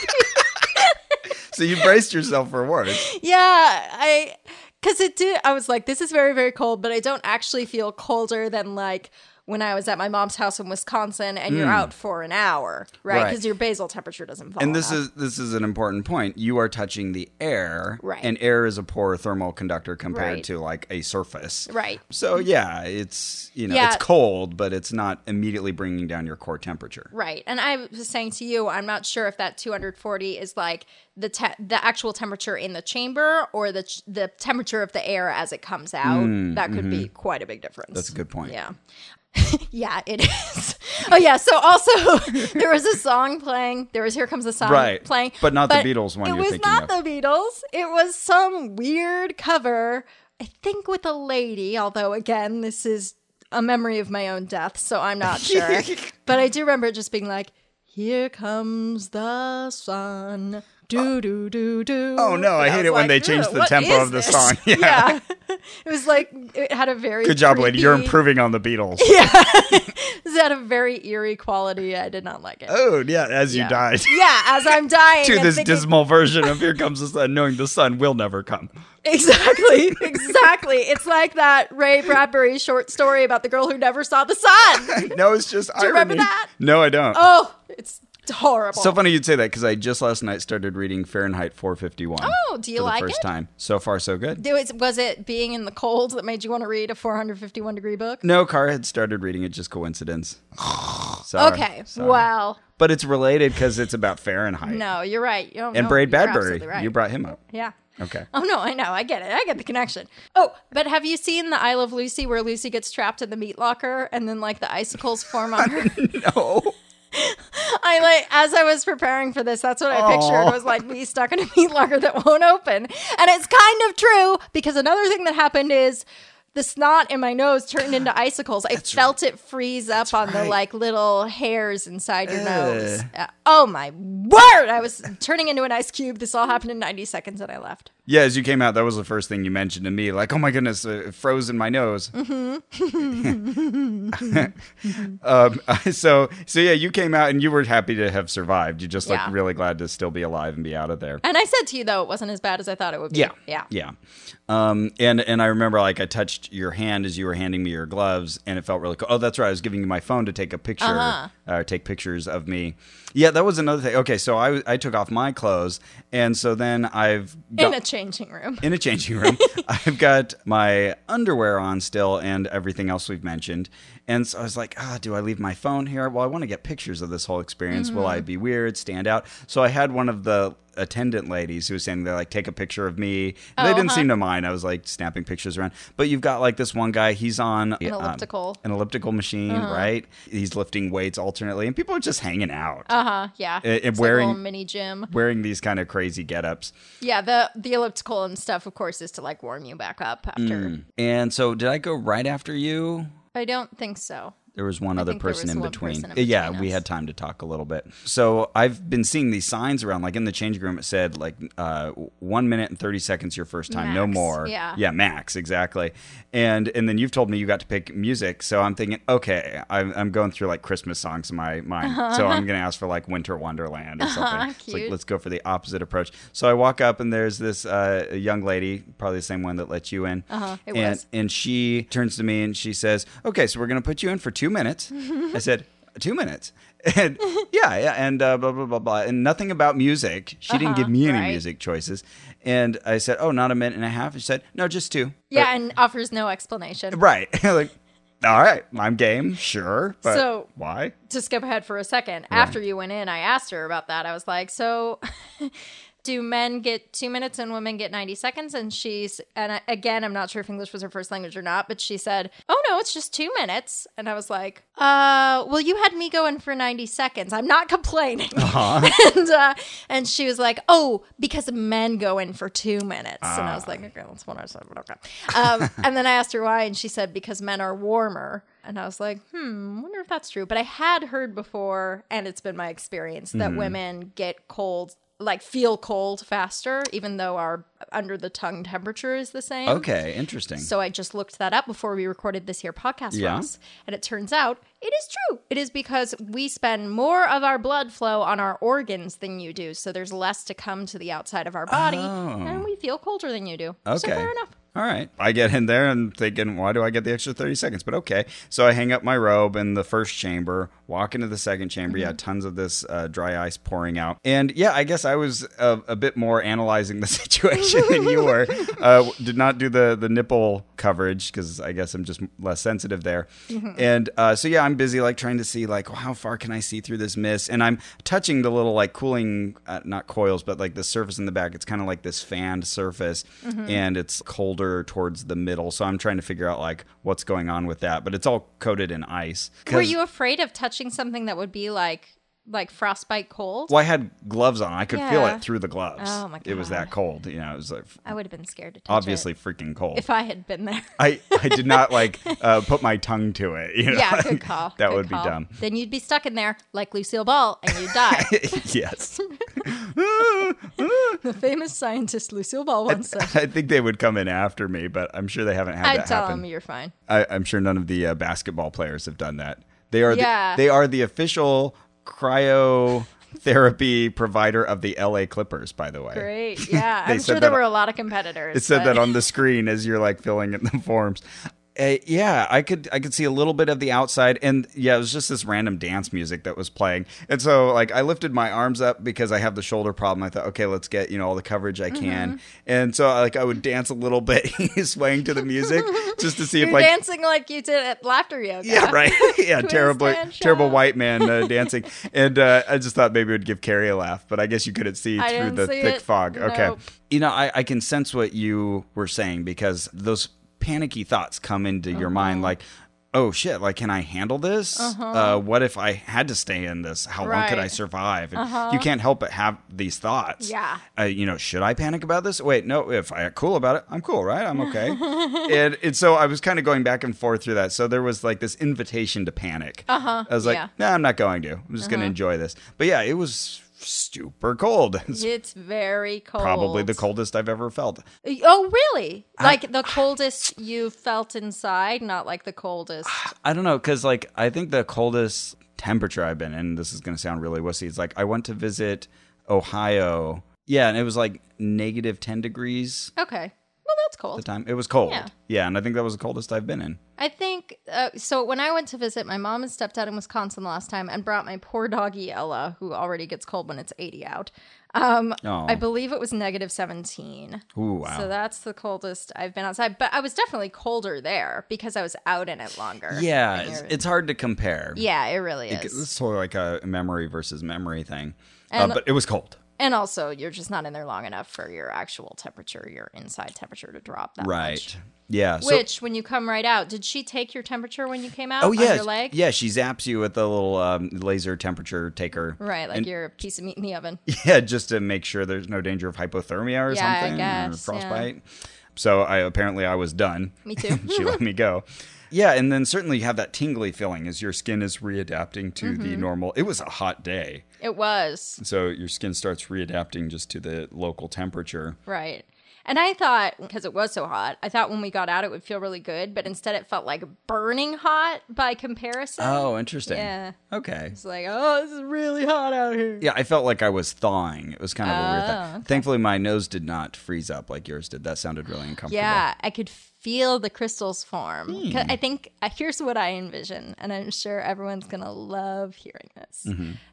S1: would be.
S2: So you braced yourself for worse.
S1: Yeah, I because it did. I was like, this is very very cold, but I don't actually feel colder than like when I was at my mom's house in Wisconsin, and you're out for an hour, right?
S2: Hmm. Right.
S1: Because your basal temperature doesn't fall.
S2: And this
S1: enough.
S2: is this is an important point. You are touching the air,
S1: Right.
S2: and air is a poor thermal conductor compared
S1: Right.
S2: to like a surface,
S1: right. Mm-hmm.
S2: So yeah, it's you know
S1: Yeah.
S2: it's cold, but it's not immediately bringing down your core temperature.
S1: Right. And I was saying to you, I'm not sure if that 240 is like the te- the actual temperature in the chamber or the ch- the temperature of the air as it comes out. that could be quite a big difference.
S2: Mm, mm-hmm. That's a good point.
S1: Yeah. yeah, it is. Oh yeah. So also, there was a song playing. There was "Here Comes the Sun"
S2: Right.
S1: playing,
S2: But not the Beatles one
S1: It
S2: you're
S1: was
S2: thinking
S1: not
S2: of.
S1: the Beatles. It was some weird cover. I think with a lady. Although again, this is a memory of my own death, so I'm not sure. but I do remember it just being like, "Here comes the sun." Do do do do.
S2: Oh, no, I hate it when they change the tempo of the song.
S1: Yeah.
S2: Yeah.
S1: it was like it had a very
S2: Good job, lady. You're
S1: creepy-
S2: improving on the Beatles.
S1: this had a very eerie quality. I did not like it.
S2: Oh yeah, as you died
S1: Yeah, as I'm dying.
S2: to
S1: and
S2: this
S1: thinking-
S2: dismal version of "Here Comes the Sun," knowing the sun will never come.
S1: Exactly, exactly. It's like that Ray Bradbury short story about the girl who never saw the sun.
S2: No, it's just irony.
S1: remember that?
S2: No, I don't.
S1: Oh, it's horrible.
S2: So funny you'd say that because I just last night started reading Fahrenheit 451.
S1: Oh, do you
S2: for the
S1: like
S2: first
S1: it?
S2: time. So far, so good.
S1: It was, was it being in the cold that made you want to read a 451 degree book?
S2: No, Cara had started reading it. Just coincidence. Sorry.
S1: okay,
S2: Sorry.
S1: well,
S2: But it's related because it's about Fahrenheit.
S1: no, you're right. You don't
S2: And
S1: know.
S2: Braid
S1: You're
S2: Badbury.
S1: absolutely right.
S2: You brought him up.
S1: yeah.
S2: Okay.
S1: Oh no, I know. I get it. I get the connection. Oh, but have you seen the I Love Lucy where Lucy gets trapped in the meat locker and then like the icicles form on her?
S2: no.
S1: I like as I was preparing for this, that's what I
S2: Aw.
S1: pictured was like me stuck in a meat locker that won't open. And it's kind of true because another thing that happened is the snot in my nose turned into icicles. I felt it freeze up on the
S2: right.
S1: like little hairs inside your nose.
S2: Ugh.
S1: Uh, oh my word! I was turning into an ice cube. This all happened in 90 seconds and I left.
S2: Yeah, as you came out, that was the first thing you mentioned to me. Like, oh my goodness, uh, it froze in my nose.
S1: Mm-hmm.
S2: um, so, so yeah, you came out and you were happy to have survived. You're just like
S1: Yeah.
S2: really glad to still be alive and be out of there.
S1: And I said to you though, it wasn't as bad as I thought it would be.
S2: Yeah,
S1: yeah.
S2: yeah. Um, and and I remember like I touched your hand as you were handing me your gloves, and it felt really cool. Oh, that's right. I was giving you my phone to take a picture uh,
S1: Uh-huh.
S2: or take pictures of me. Yeah, that was another thing. Okay, so I I took off my clothes, and so then I've
S1: In
S2: got-
S1: a changing room.
S2: in a changing room. I've got my underwear on still and everything else we've mentioned. And so I was like, ah, do I leave my phone here? Well, I want to get pictures of this whole experience. Will
S1: Mm-hmm.
S2: I be weird, stand out? So I had one of the attendant ladies who was standing there, like, take a picture of me. they
S1: Oh,
S2: didn't
S1: uh-huh.
S2: seem to mind. I was like snapping pictures around. But you've got like this one guy, he's on um,
S1: An elliptical. Uh-huh.
S2: an elliptical machine, right? He's lifting weights alternately, and people are just hanging out.
S1: Uh huh. Yeah. It's
S2: it
S1: like a
S2: wearing-
S1: little mini gym.
S2: Wearing these kind of crazy get-ups.
S1: Yeah. The the elliptical and stuff, of course, is to like warm you back up after.
S2: And so did I go right after you?
S1: I don't think so.
S2: There was one other
S1: think there
S2: person
S1: was
S2: in
S1: one
S2: between. Uh,
S1: person in
S2: yeah,
S1: between
S2: we
S1: us.
S2: had time to talk a little bit. So I've been seeing these signs around, like in the changing room. It said like uh, one minute and thirty seconds your first time, no
S1: Max,
S2: more.
S1: yeah.
S2: yeah, max exactly. And and then you've told me you got to pick music, so I'm thinking, okay, I'm, I'm going through like Christmas songs in my mind. So I'm gonna ask for like Winter Wonderland or something. It's like
S1: Ah, cute.
S2: let's go for the opposite approach. So I walk up and there's this uh, young lady, probably the same one that let you in.
S1: Uh-huh, it
S2: and,
S1: was.
S2: and she turns to me and she says, "Okay, so we're going to put you in for two minutes." I said, two minutes." And yeah, yeah, and uh, blah blah blah blah, and nothing about music. She didn't give
S1: Uh-huh,
S2: me any
S1: right.
S2: music choices, and I said, "Oh, not a minute and a half." She said, "No, just two.
S1: Yeah, and offers no explanation.
S2: right. like, all right, I'm game, sure, but
S1: So-
S2: why?
S1: to skip ahead for a second, after you went in, I asked her about that. I was like, so do men get two minutes and women get 90 seconds? And she's, and I, again, I'm not sure if English was her first language or not, but she said, oh no, it's just two minutes. And I was like, uh, well, you had me going for 90 seconds. I'm not complaining. and, uh, and she was like, oh, because men go in for two minutes. And I was like, okay, that's what I said, but okay. Um, and then I asked her why, and she said, because men are warmer. And I was like, hmm, wonder if that's true. But I had heard before, and it's been my experience, that women get cold, like feel cold faster, even though our under the tongue temperature is the same.
S2: Okay, interesting.
S1: So I just looked that up before we recorded this here podcast,
S2: Yeah.
S1: Ross. And it turns out it is true. It is because we spend more of our blood flow on our organs than you do. So there's less to come to the outside of our body. And we feel colder than you do. So
S2: Oh. Okay.
S1: fair enough.
S2: All right. I get in there and thinking, why do I get the extra 30 seconds? But okay. So I hang up my robe in the first chamber, walk into the second chamber. Yeah, tons of this uh, dry ice pouring out. And yeah, I guess I was uh, a bit more analyzing the situation than you were. Uh, did not do the, the nipple coverage because I guess I'm just less sensitive there.
S1: Mm-hmm.
S2: And uh, so yeah, I'm busy like trying to see like, how far can I see through this mist? And I'm touching the little like cooling, uh, not coils, but like the surface in the back. It's kind of like this fanned surface
S1: Mm-hmm.
S2: and it's colder towards the middle. So I'm trying to figure out like what's going on with that, but it's all coated in ice. 'Cause-
S1: Were you afraid of touching something that would be like like frostbite cold?
S2: Well, I had gloves on. I could feel
S1: Yeah.
S2: it through the gloves.
S1: Oh, my
S2: It was
S1: God.
S2: that cold. You know, it was like f-
S1: I would have been scared to touch
S2: obviously
S1: it
S2: freaking cold.
S1: if I had been there.
S2: I, I did not like uh, put my tongue to it. You know?
S1: yeah, good call.
S2: that
S1: good
S2: would
S1: call.
S2: be dumb.
S1: Then you'd be stuck in there like Lucille Ball and you'd die.
S2: yes.
S1: the famous scientist Lucille Ball once said,
S2: I think they would come in after me, but I'm sure they haven't had
S1: I'd
S2: that
S1: tell
S2: happen.
S1: him you're fine.
S2: I, I'm sure none of the uh, basketball players have done that. They are
S1: Yeah.
S2: the, they are the official cryotherapy provider of the LA Clippers, by the way.
S1: Great. Yeah.
S2: They
S1: I'm
S2: said
S1: sure
S2: that
S1: there
S2: on-
S1: were a lot of competitors.
S2: It said
S1: but-
S2: that on the screen as you're like filling in the forms. Uh, yeah, I could I could see a little bit of the outside, and yeah, it was just this random dance music that was playing. And so, like, I lifted my arms up because I have the shoulder problem. I thought, okay, let's get you know all the coverage I can. And so, like, I would dance a little bit, swaying to the music, just to see
S1: You're
S2: if like
S1: dancing like you did at laughter yoga.
S2: Yeah, right. yeah, terrible,
S1: and
S2: terrible
S1: shout.
S2: white man uh, dancing. And uh, I just thought maybe it would give Carrie a laugh, but I guess you couldn't see
S1: I
S2: through
S1: didn't
S2: the
S1: see
S2: thick
S1: it.
S2: fog. Okay.
S1: Nope.
S2: You know, I, I can
S1: Uh-huh.
S2: sense what you were saying because those panicky thoughts come into your mind like, oh shit, like, can I handle this? uh what if I had to stay in this? How long could I
S1: Right. Uh-huh.
S2: survive? And You can't help but have these thoughts.
S1: Yeah.
S2: Uh, you know, should I panic about this? Wait, no, if I cool about it, I'm cool, right? I'm okay. and, and so I was kind of going back and forth through that. So there was like this invitation to panic. Uh-huh. I was like,
S1: yeah. Uh-huh.
S2: no, I'm not going to. I'm just going to enjoy this. But yeah, it was super cold. It's
S1: It's very cold.
S2: probably the coldest I've ever felt.
S1: Oh, really? Like the coldest you felt inside, not like the coldest.
S2: I don't know, because like I think the coldest temperature I've been in, this is going to sound really wussy. It's like I went to visit Ohio. Yeah, and it was like negative 10 degrees
S1: Okay. Well, that's
S2: at the
S1: cold.
S2: time. It was cold.
S1: Yeah.
S2: yeah, and I think that was the coldest I've been in.
S1: I think uh, so. When I went to visit my mom and stepdad in Wisconsin last time and brought my poor doggy Ella, who already gets cold when it's 80 out, um,
S2: Oh.
S1: I believe it was negative 17.
S2: Ooh, wow.
S1: So that's the coldest I've been outside. But I was definitely colder there because I was out in it longer.
S2: yeah,
S1: And
S2: it's,
S1: you're-
S2: it's hard to compare.
S1: yeah, it really is.
S2: This is sort of like a memory versus memory thing. Uh,
S1: And-
S2: but it was cold.
S1: and also, you're just not in there long enough for your actual temperature, your inside temperature to drop that
S2: Right.
S1: much.
S2: Yeah. so-
S1: Which, when you come right out, did she take your temperature when you came out
S2: oh, yeah.
S1: on your leg?
S2: Yeah, she zaps you with the little um, laser temperature taker.
S1: Right, like
S2: And-
S1: you're a piece of meat in the oven.
S2: Yeah, just to make sure there's no danger of hypothermia or
S1: Yeah, I
S2: something or
S1: guess, yeah.
S2: frostbite. So I apparently I was done.
S1: Me too.
S2: she let me go. Yeah, and then certainly you have that tingly feeling as your skin is readapting to
S1: Mm-hmm.
S2: the normal. It was a hot day,
S1: It was,
S2: so your skin starts readapting just to the local temperature.
S1: right. And I thought, because it was so hot, I thought when we got out it would feel really good, but instead it felt like burning hot by comparison.
S2: Oh, interesting.
S1: Yeah.
S2: Okay.
S1: It's like, oh, this is really hot out here.
S2: Yeah, I felt like I was thawing. It was kind of a weird
S1: Oh,
S2: thing. Thankfully, my nose did not freeze up like yours did. That sounded really uncomfortable.
S1: Yeah, I could feel the crystals form. 'Cause I think uh, here's what I envision, and I'm sure everyone's gonna love hearing this.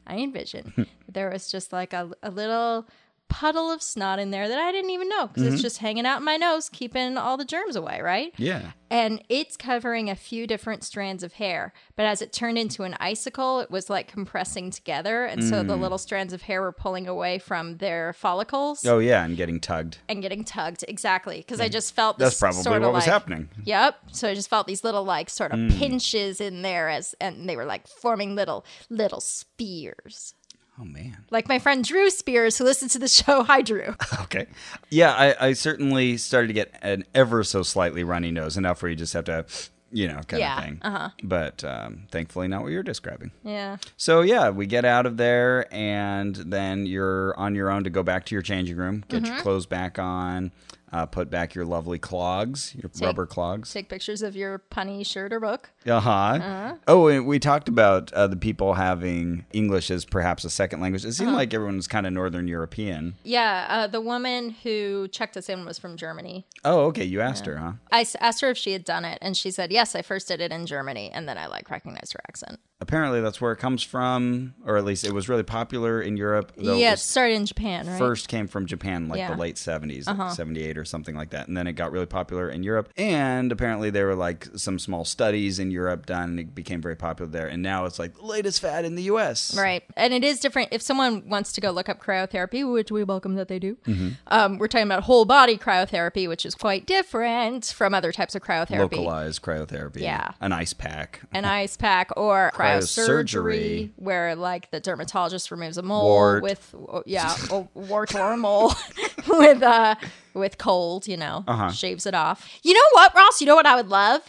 S1: I envision there was just like a, a little puddle of snot in there that I didn't even know because it's just hanging out in my nose, keeping all the germs away, right?
S2: Yeah.
S1: And it's covering a few different strands of hair, but as it turned into an icicle, it was like compressing together, and so the little strands of hair were pulling away from their follicles
S2: Oh, yeah, and getting tugged.
S1: and getting tugged exactly because I just felt
S2: Mm. That's
S1: this
S2: probably
S1: sorta
S2: what was
S1: like-
S2: happening. Mm.
S1: Yep. So I just felt these little like sort of pinches in there as and they were like forming little little spears.
S2: Oh, man.
S1: Like my friend Drew Spears who listens to the show. Hi Drew.
S2: Okay. Yeah, I, I certainly started to get an ever so slightly runny nose, enough where you just have to, you know, kind
S1: Yeah,
S2: of thing. Uh-huh. But um, thankfully, not what you're describing.
S1: Yeah.
S2: So, yeah, we get out of there, and then you're on your own to go back to your changing room, get your clothes back on, uh, put back your lovely clogs, your rubber clogs.
S1: Take pictures of your punny shirt or book.
S2: Uh-huh. Oh, and we talked about uh, the people having English as perhaps a second language. It seemed like everyone was kind of Northern European.
S1: Yeah, uh, the woman who checked us in was from Germany.
S2: Oh, okay. You asked her, huh?
S1: I s- asked her if she had done it, and she said, "Yes, I first did it in Germany, and then I like recognized her accent."
S2: apparently that's where it comes from, or at least it was really popular in Europe. Though
S1: yeah,
S2: it
S1: it
S2: was-
S1: started in Japan, right?
S2: first came from Japan, like
S1: Yeah. Uh-huh.
S2: the late 70s, like 78 or something like that. And then it got really popular in Europe. And apparently there were like some small studies in Europe done, and it became very popular there. And now it's like the latest fad in the US.
S1: Right. And it is different. If someone wants to go look up cryotherapy, which we welcome that they do,
S2: Mm-hmm.
S1: um, we're talking about whole body cryotherapy, which is quite different from other types of cryotherapy.
S2: Localized cryotherapy.
S1: Yeah.
S2: An ice pack.
S1: An ice pack or cryosurgery,
S2: Cryosurgery.
S1: where like the dermatologist removes a mole
S2: Wart.
S1: with, oh, yeah, a wart or a mole with uh, with cold, you know,
S2: Uh-huh.
S1: shaves it off. You know what, Ross? You know what I would love?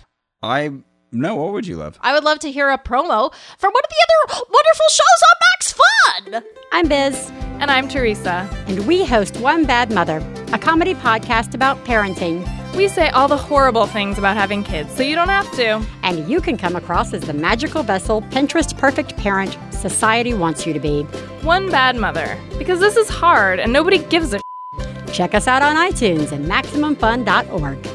S2: I. No, what would you love?
S1: I would love to hear a promo from one of the other wonderful shows on Max Fun.
S3: I'm Biz,
S1: And I'm Teresa.
S3: and we host One Bad Mother, a comedy podcast about parenting.
S4: We say all the horrible things about having kids, so you don't have to.
S3: And you can come across as the magical vessel Pinterest perfect parent society wants you to be.
S4: One bad mother. Because this is hard and nobody gives a sh-
S3: Check us out on iTunes and MaximumFun.org.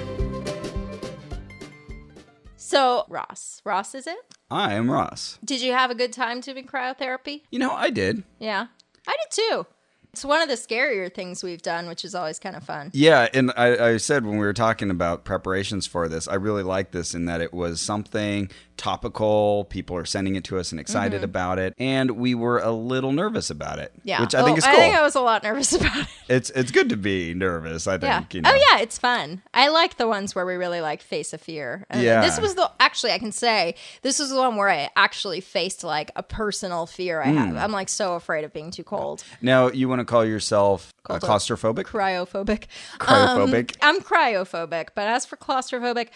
S1: So Ross, Ross is it?
S2: I'm Ross.
S1: Did you have a good time doing cryotherapy?
S2: You know, I did.
S1: Yeah, I did too. It's one of the scarier things we've done, which is always kind of fun.
S2: Yeah, and I, I said when we were talking about preparations for this, I really like this in that it was something topical. People are sending it to us and excited about it, and we were a little nervous about it.
S1: Mm-hmm. Yeah.
S2: which I
S1: Well,
S2: think is cool.
S1: I think I was a lot nervous about it.
S2: it's it's good to be nervous. I think.
S1: Yeah.
S2: You know?
S1: Oh yeah, it's fun. I like the ones where we really like face a fear. And
S2: Yeah.
S1: This was the actually I can say this was the one where I actually faced like a personal fear
S2: Hmm.
S1: I have. I'm like so afraid of being too cold.
S2: Now you want to call yourself uh,
S1: Cold.
S2: claustrophobic?
S1: Cryophobic.
S2: Cryophobic.
S1: Um, I'm cryophobic, but as for claustrophobic,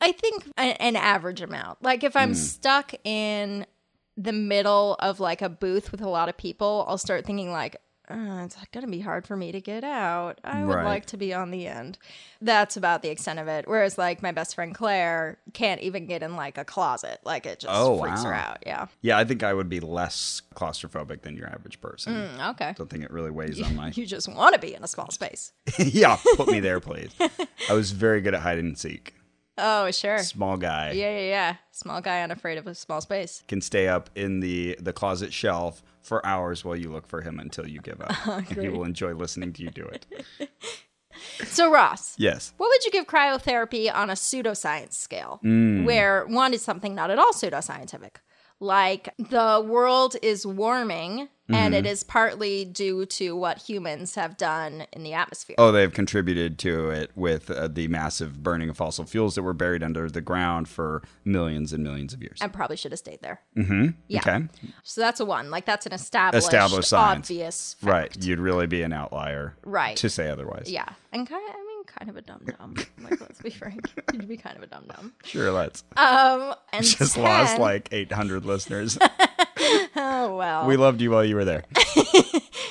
S1: I think a- an average amount. Like if
S2: Hmm.
S1: I'm stuck in the middle of like a booth with a lot of people, I'll start thinking like uh, it's going to be hard for me to get out. I would
S2: Right.
S1: like to be on the end. That's about the extent of it. Whereas, like, my best friend Claire can't even get in like a closet. Like, it just
S2: Oh,
S1: freaks her
S2: wow.
S1: out. Yeah.
S2: yeah, I think I would be less claustrophobic than your average person.
S1: Okay.
S2: Don't think it really weighs on my.
S1: Mm. You just want to be in a small space.
S2: yeah, put me there, please. I was very good at hide and seek.
S1: Oh, sure.
S2: Small guy.
S1: Yeah, yeah, yeah. Small guy unafraid of a small space.
S2: can stay up in the the closet shelf for hours while you look for him until you give up.
S1: Oh,
S2: and he will enjoy listening to you do it.
S1: So, Ross,
S2: Yes.
S1: what would you give cryotherapy on a pseudoscience scale?
S2: Mm.
S1: Where one is something not at all pseudoscientific, like the world is warming
S2: Mm-hmm.
S1: and it is partly due to what humans have done in the atmosphere.
S2: Oh, they've contributed to it with uh, the massive burning of fossil fuels that were buried under the ground for millions and millions of years.
S1: I probably should have stayed there. Um, yeah.
S2: Mm-hmm. Okay.
S1: So that's a one. Like that's an established,
S2: Established science.
S1: obvious fact.
S2: Right. You'd really be an outlier
S1: Right.
S2: to say otherwise.
S1: Yeah. And kind of, I mean, kind of a dum dum. Like, let's be frank. You'd be kind of a dum dum.
S2: Sure, let's.
S1: Um, and
S2: Just
S1: 10
S2: lost like 800 listeners.
S1: oh well.
S2: we loved you while you were there.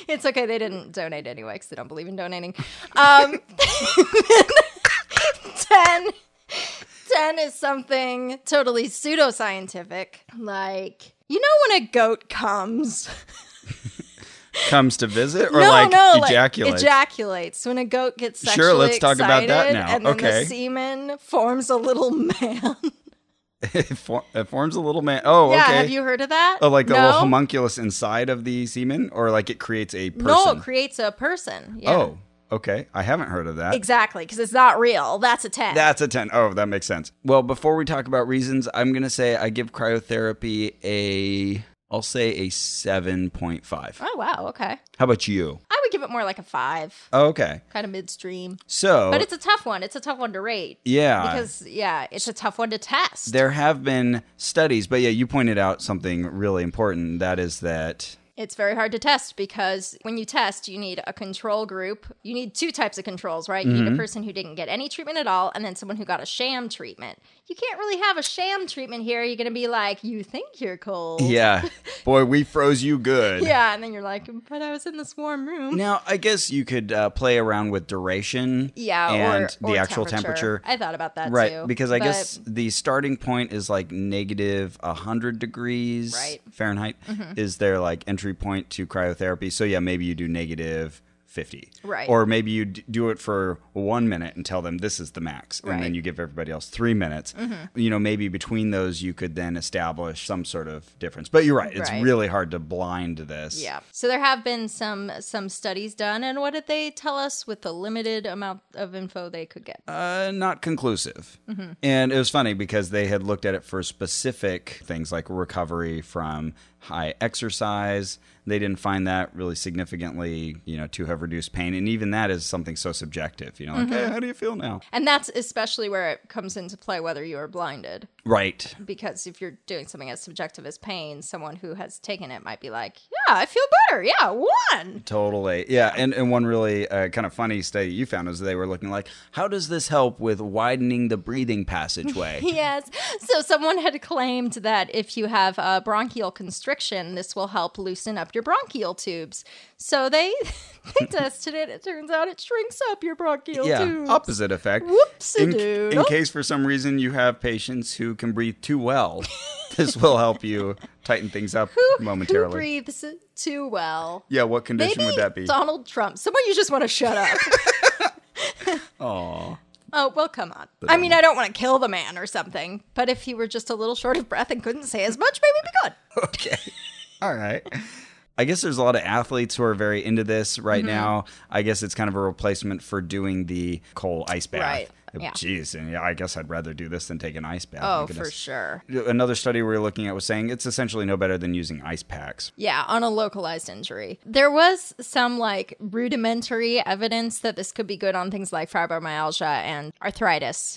S1: It's okay. They didn't donate anyway because they don't believe in donating. Um, 10, 10 is something totally pseudoscientific. Like, you know, when a goat comes,
S2: Comes to visit or
S1: no,
S2: like
S1: no, like,
S2: ejaculates.
S1: ejaculates. When a goat gets sexually
S2: Sure, let's talk about that
S1: excited
S2: now.
S1: And then
S2: Okay.
S1: the semen forms a little man.
S2: it, for- it forms a little man. Oh,
S1: yeah,
S2: okay.
S1: have you heard of that?
S2: Oh, like the
S1: no?
S2: little homunculus inside of the semen, or like it creates a person.
S1: No, it creates a person. Yeah.
S2: Oh, okay. I haven't heard of that.
S1: exactly, because it's not real. That's a ten.
S2: That's a ten. Oh, that makes sense. Well, before we talk about reasons, I'm gonna say I give cryotherapy a. I'll say a seven point five.
S1: oh wow. Okay.
S2: How about you?
S1: I would give it more like a five.
S2: Oh, okay.
S1: kind of midstream.
S2: So,
S1: But it's a tough one. It's a tough one to rate.
S2: yeah,
S1: Because yeah, it's a tough one to test.
S2: there have been studies, but yeah, you pointed out something really important. That is that.
S1: It's very hard to test because when you test, you need a control group. You need two types of controls, right? You
S2: Mm-hmm.
S1: need a person who didn't get any treatment at all and then someone who got a sham treatment. You can't really have a sham treatment here. You're going to be like, "You think you're cold."
S2: Yeah, boy, we froze you good.
S1: Yeah, and then you're like, "But I was in this warm room."
S2: Now, I guess you could uh, play around with duration.
S1: Yeah,
S2: and
S1: or,
S2: the
S1: or
S2: actual temperature.
S1: I thought about that
S2: right,
S1: too.
S2: because I
S1: but-
S2: guess the starting point is like negative 100 degrees
S1: Right. Mm-hmm.
S2: Fahrenheit is their like entry point to cryotherapy. So yeah, maybe you do negative 50.
S1: Right.
S2: Or maybe you d- do it for 1 minute and tell them this is the max and
S1: Right. Mm-hmm.
S2: then you give everybody else 3 minutes. You know, maybe between those you could then establish some sort of difference. But you're right, it's
S1: Right.
S2: really hard to blind this.
S1: Yeah. So there have been some some studies done, and what did they tell us with the limited amount of info they could get?
S2: uh, not conclusive. And it was funny because they had looked at it for specific things like recovery from high exercise. They didn't find that really significantly, you know, to have reduced pain. And even that is something so subjective, you know, like, hey, how do you feel now?
S1: and that's especially where it comes into play whether you are blinded,
S2: Right.
S1: because if you're doing something as subjective as pain, someone who has taken it might be like, "Yeah, I feel better. Yeah, one."
S2: Totally. Yeah. And, and one really uh, kind of funny study you found is they were looking like, how does this help with widening the breathing passageway?
S1: Yes. So someone had claimed that if you have uh, bronchial constriction, this will help loosen up your bronchial tubes. So they they tested it. It turns out it shrinks up your bronchial
S2: yeah,
S1: tubes.
S2: opposite effect. In,
S1: Whoopsie-doodle.
S2: in case for some reason you have patients who can breathe too well, this will help you tighten things up
S1: Who
S2: momentarily.
S1: breathes too well?
S2: Yeah, what condition
S1: Maybe
S2: would that be?
S1: Donald Trump. Someone you just want to shut up.
S2: Aw.
S1: oh, well, come on. I mean, I don't want to kill the man or something, but if he were just a little short of breath and couldn't say as much, maybe it'd be good.
S2: Okay. All right. I guess there's a lot of athletes who are very into this
S1: Mm-hmm.
S2: right now. I guess it's kind of a replacement for doing the cold ice bath.
S1: Right, yeah.
S2: Jeez, and yeah, I guess I'd rather do this than take an ice bath.
S1: Oh,
S2: my goodness.
S1: for sure.
S2: Another study we were looking at was saying it's essentially no better than using ice packs.
S1: Yeah, on a localized injury. There was some like rudimentary evidence that this could be good on things like fibromyalgia and arthritis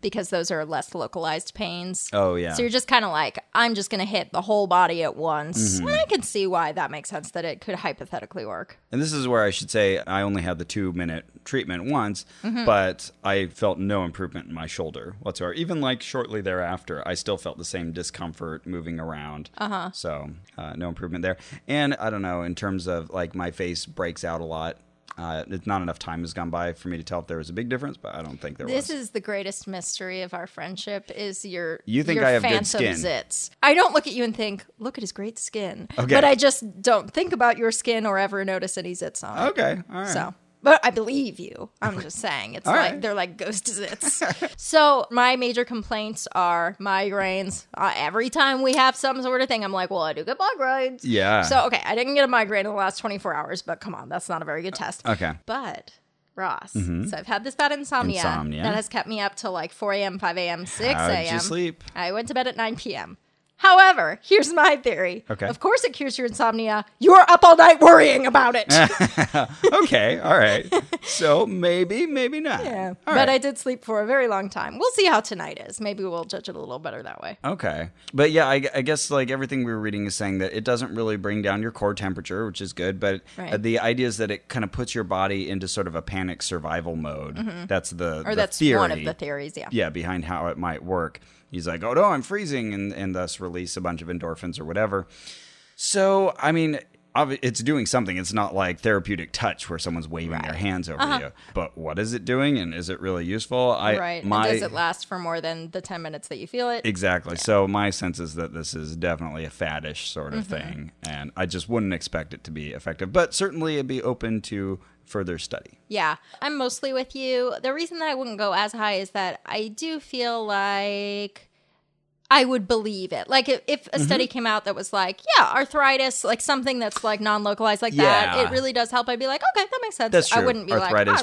S1: because those are less localized pains.
S2: Hmm. Oh, yeah.
S1: So you're just kind of like, I'm just going to hit the whole body at once.
S2: Mm-hmm.
S1: And I can see why that makes sense that it could hypothetically work.
S2: And this is where I should say I only had the two minute treatment once,
S1: Mm-hmm.
S2: but I felt no improvement in my shoulder whatsoever. Even like shortly thereafter, I still felt the same discomfort moving around. Uh-huh. So uh, no improvement there. And I don't know, in terms of like my face breaks out a lot. Uh, it's not enough time has gone by for me to tell if there was a big difference, but I don't think there
S1: This
S2: was.
S1: is the greatest mystery of our friendship is your
S2: You think
S1: your
S2: I have good
S1: phantom
S2: skin.
S1: zits. I don't look at you and think, look at his great skin.
S2: Okay.
S1: But I just don't think about your skin or ever notice any zits on it.
S2: okay, all right.
S1: So, but I believe you. I'm just saying it's
S2: All
S1: like
S2: right.
S1: they're like ghost zits. so my major complaints are migraines. Uh, every time we have some sort of thing, I'm like, well, I do get migraines.
S2: Yeah.
S1: So okay, I didn't get a migraine in the last 24 hours, but come on, that's not a very good test.
S2: Uh, okay. Mm-hmm.
S1: But Ross, so I've had this bad insomnia,
S2: Insomnia.
S1: that has kept me up till like 4 a.m., 5 a.m., 6 a.m.
S2: How'd you sleep?
S1: I went to bed at 9 p.m. However, here's my theory.
S2: Okay.
S1: Of course, it cures your insomnia. You are up all night worrying about it.
S2: okay, all right. So maybe, maybe not.
S1: Yeah. but
S2: All right.
S1: I did sleep for a very long time. We'll see how tonight is. Maybe we'll judge it a little better that way.
S2: Okay. But yeah, I, I guess like everything we were reading is saying that it doesn't really bring down your core temperature, which is good. But
S1: Right.
S2: uh, the idea is that it kind of puts your body into sort of a panic survival mode. That's the,
S1: Mm-hmm. Or
S2: the
S1: that's
S2: theory.
S1: one of the theories, yeah.
S2: Yeah, behind how it might work. He's like, oh no, I'm freezing, and, and thus release a bunch of endorphins or whatever. So, I mean, obvi- it's doing something. It's not like therapeutic touch where someone's waving their hands over
S1: Uh-huh.
S2: you. But what is it doing, and is it really useful? I,
S1: right.
S2: My,
S1: and does it last for more than the 10 minutes that you feel it?
S2: Exactly. So my sense is that this is definitely a faddish sort
S1: Mm-hmm.
S2: of thing, and I just wouldn't expect it to be effective. But certainly, it'd be open to further study.
S1: yeah. I'm mostly with you. The reason that I wouldn't go as high is that I do feel like I would believe it. Like if, if
S2: Mm-hmm.
S1: a study came out that was like, yeah, arthritis, like something that's like non localized like that,
S2: Yeah.
S1: it really does help. I'd be like, okay, that makes sense.
S2: That's true.
S1: I wouldn't be
S2: Arthritis,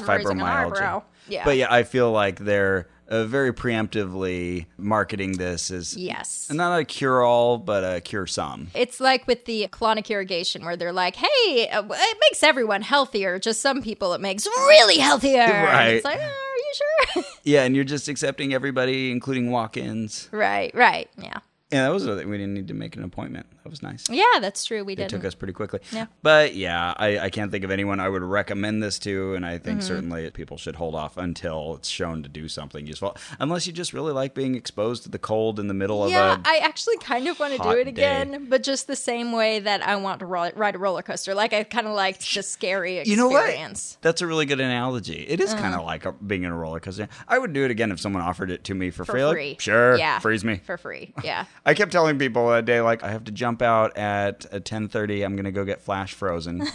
S1: like, "Oh, I'm raising an
S2: fibromyalgia.
S1: eyebrow. Yeah.
S2: But yeah, I feel like they're uh, very preemptively marketing this as
S1: Yes.
S2: not a cure all, but a cure some.
S1: It's like with the colonic irrigation, where they're like, "Hey, uh, it makes everyone healthier. Just some people, it makes really healthier." And
S2: Right.
S1: It's like, "Uh, are you sure?
S2: Yeah, and you're just accepting everybody, including walk-ins.
S1: right. Right. Yeah.
S2: Yeah, that was another thing. We didn't need to make an appointment. That was nice.
S1: Yeah, that's true. We
S2: It
S1: didn't.
S2: took us pretty quickly.
S1: Yeah.
S2: But yeah, I, I can't think of anyone I would recommend this to, and I think
S1: Mm-hmm.
S2: certainly people should hold off until it's shown to do something useful. Unless you just really like being exposed to the cold in the middle
S1: yeah,
S2: of a
S1: I actually kind of want to
S2: hot
S1: do it
S2: day.
S1: again, but just the same way that I want to ro- ride a roller coaster. Like I kind of liked the scary experience. Uh-huh.
S2: you know what? That's a really good analogy. It kind of like a, being in a roller coaster. I would do it again if someone offered it to me for,
S1: For
S2: free. Like,
S1: free.
S2: sure,
S1: Yeah.
S2: freeze me.
S1: For free. Yeah.
S2: I kept telling people that day, like, I have to jump out at uh, 10.30. I'm going to go get flash frozen.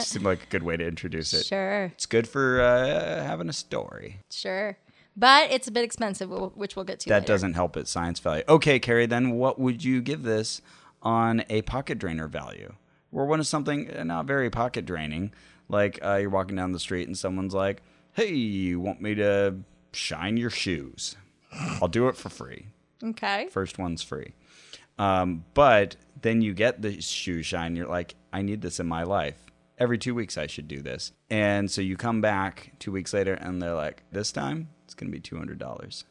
S2: Seemed like a good way to introduce it.
S1: sure.
S2: It's good for uh, having a story.
S1: Sure. But it's a bit expensive, w- which we'll get to.
S2: That
S1: later.
S2: doesn't help its science value. Okay, Carrie, then what would you give this on a pocket drainer value? Or one is something uh, not very pocket draining, like uh, you're walking down the street and someone's like, hey, you want me to shine your shoes? I'll do it for free.
S1: Okay.
S2: First one's free. Um, but then you get the shoe shine. You're like, I need this in my life. Every two weeks, I should do this. And so you come back two weeks later and they're like, this time it's going to be $200.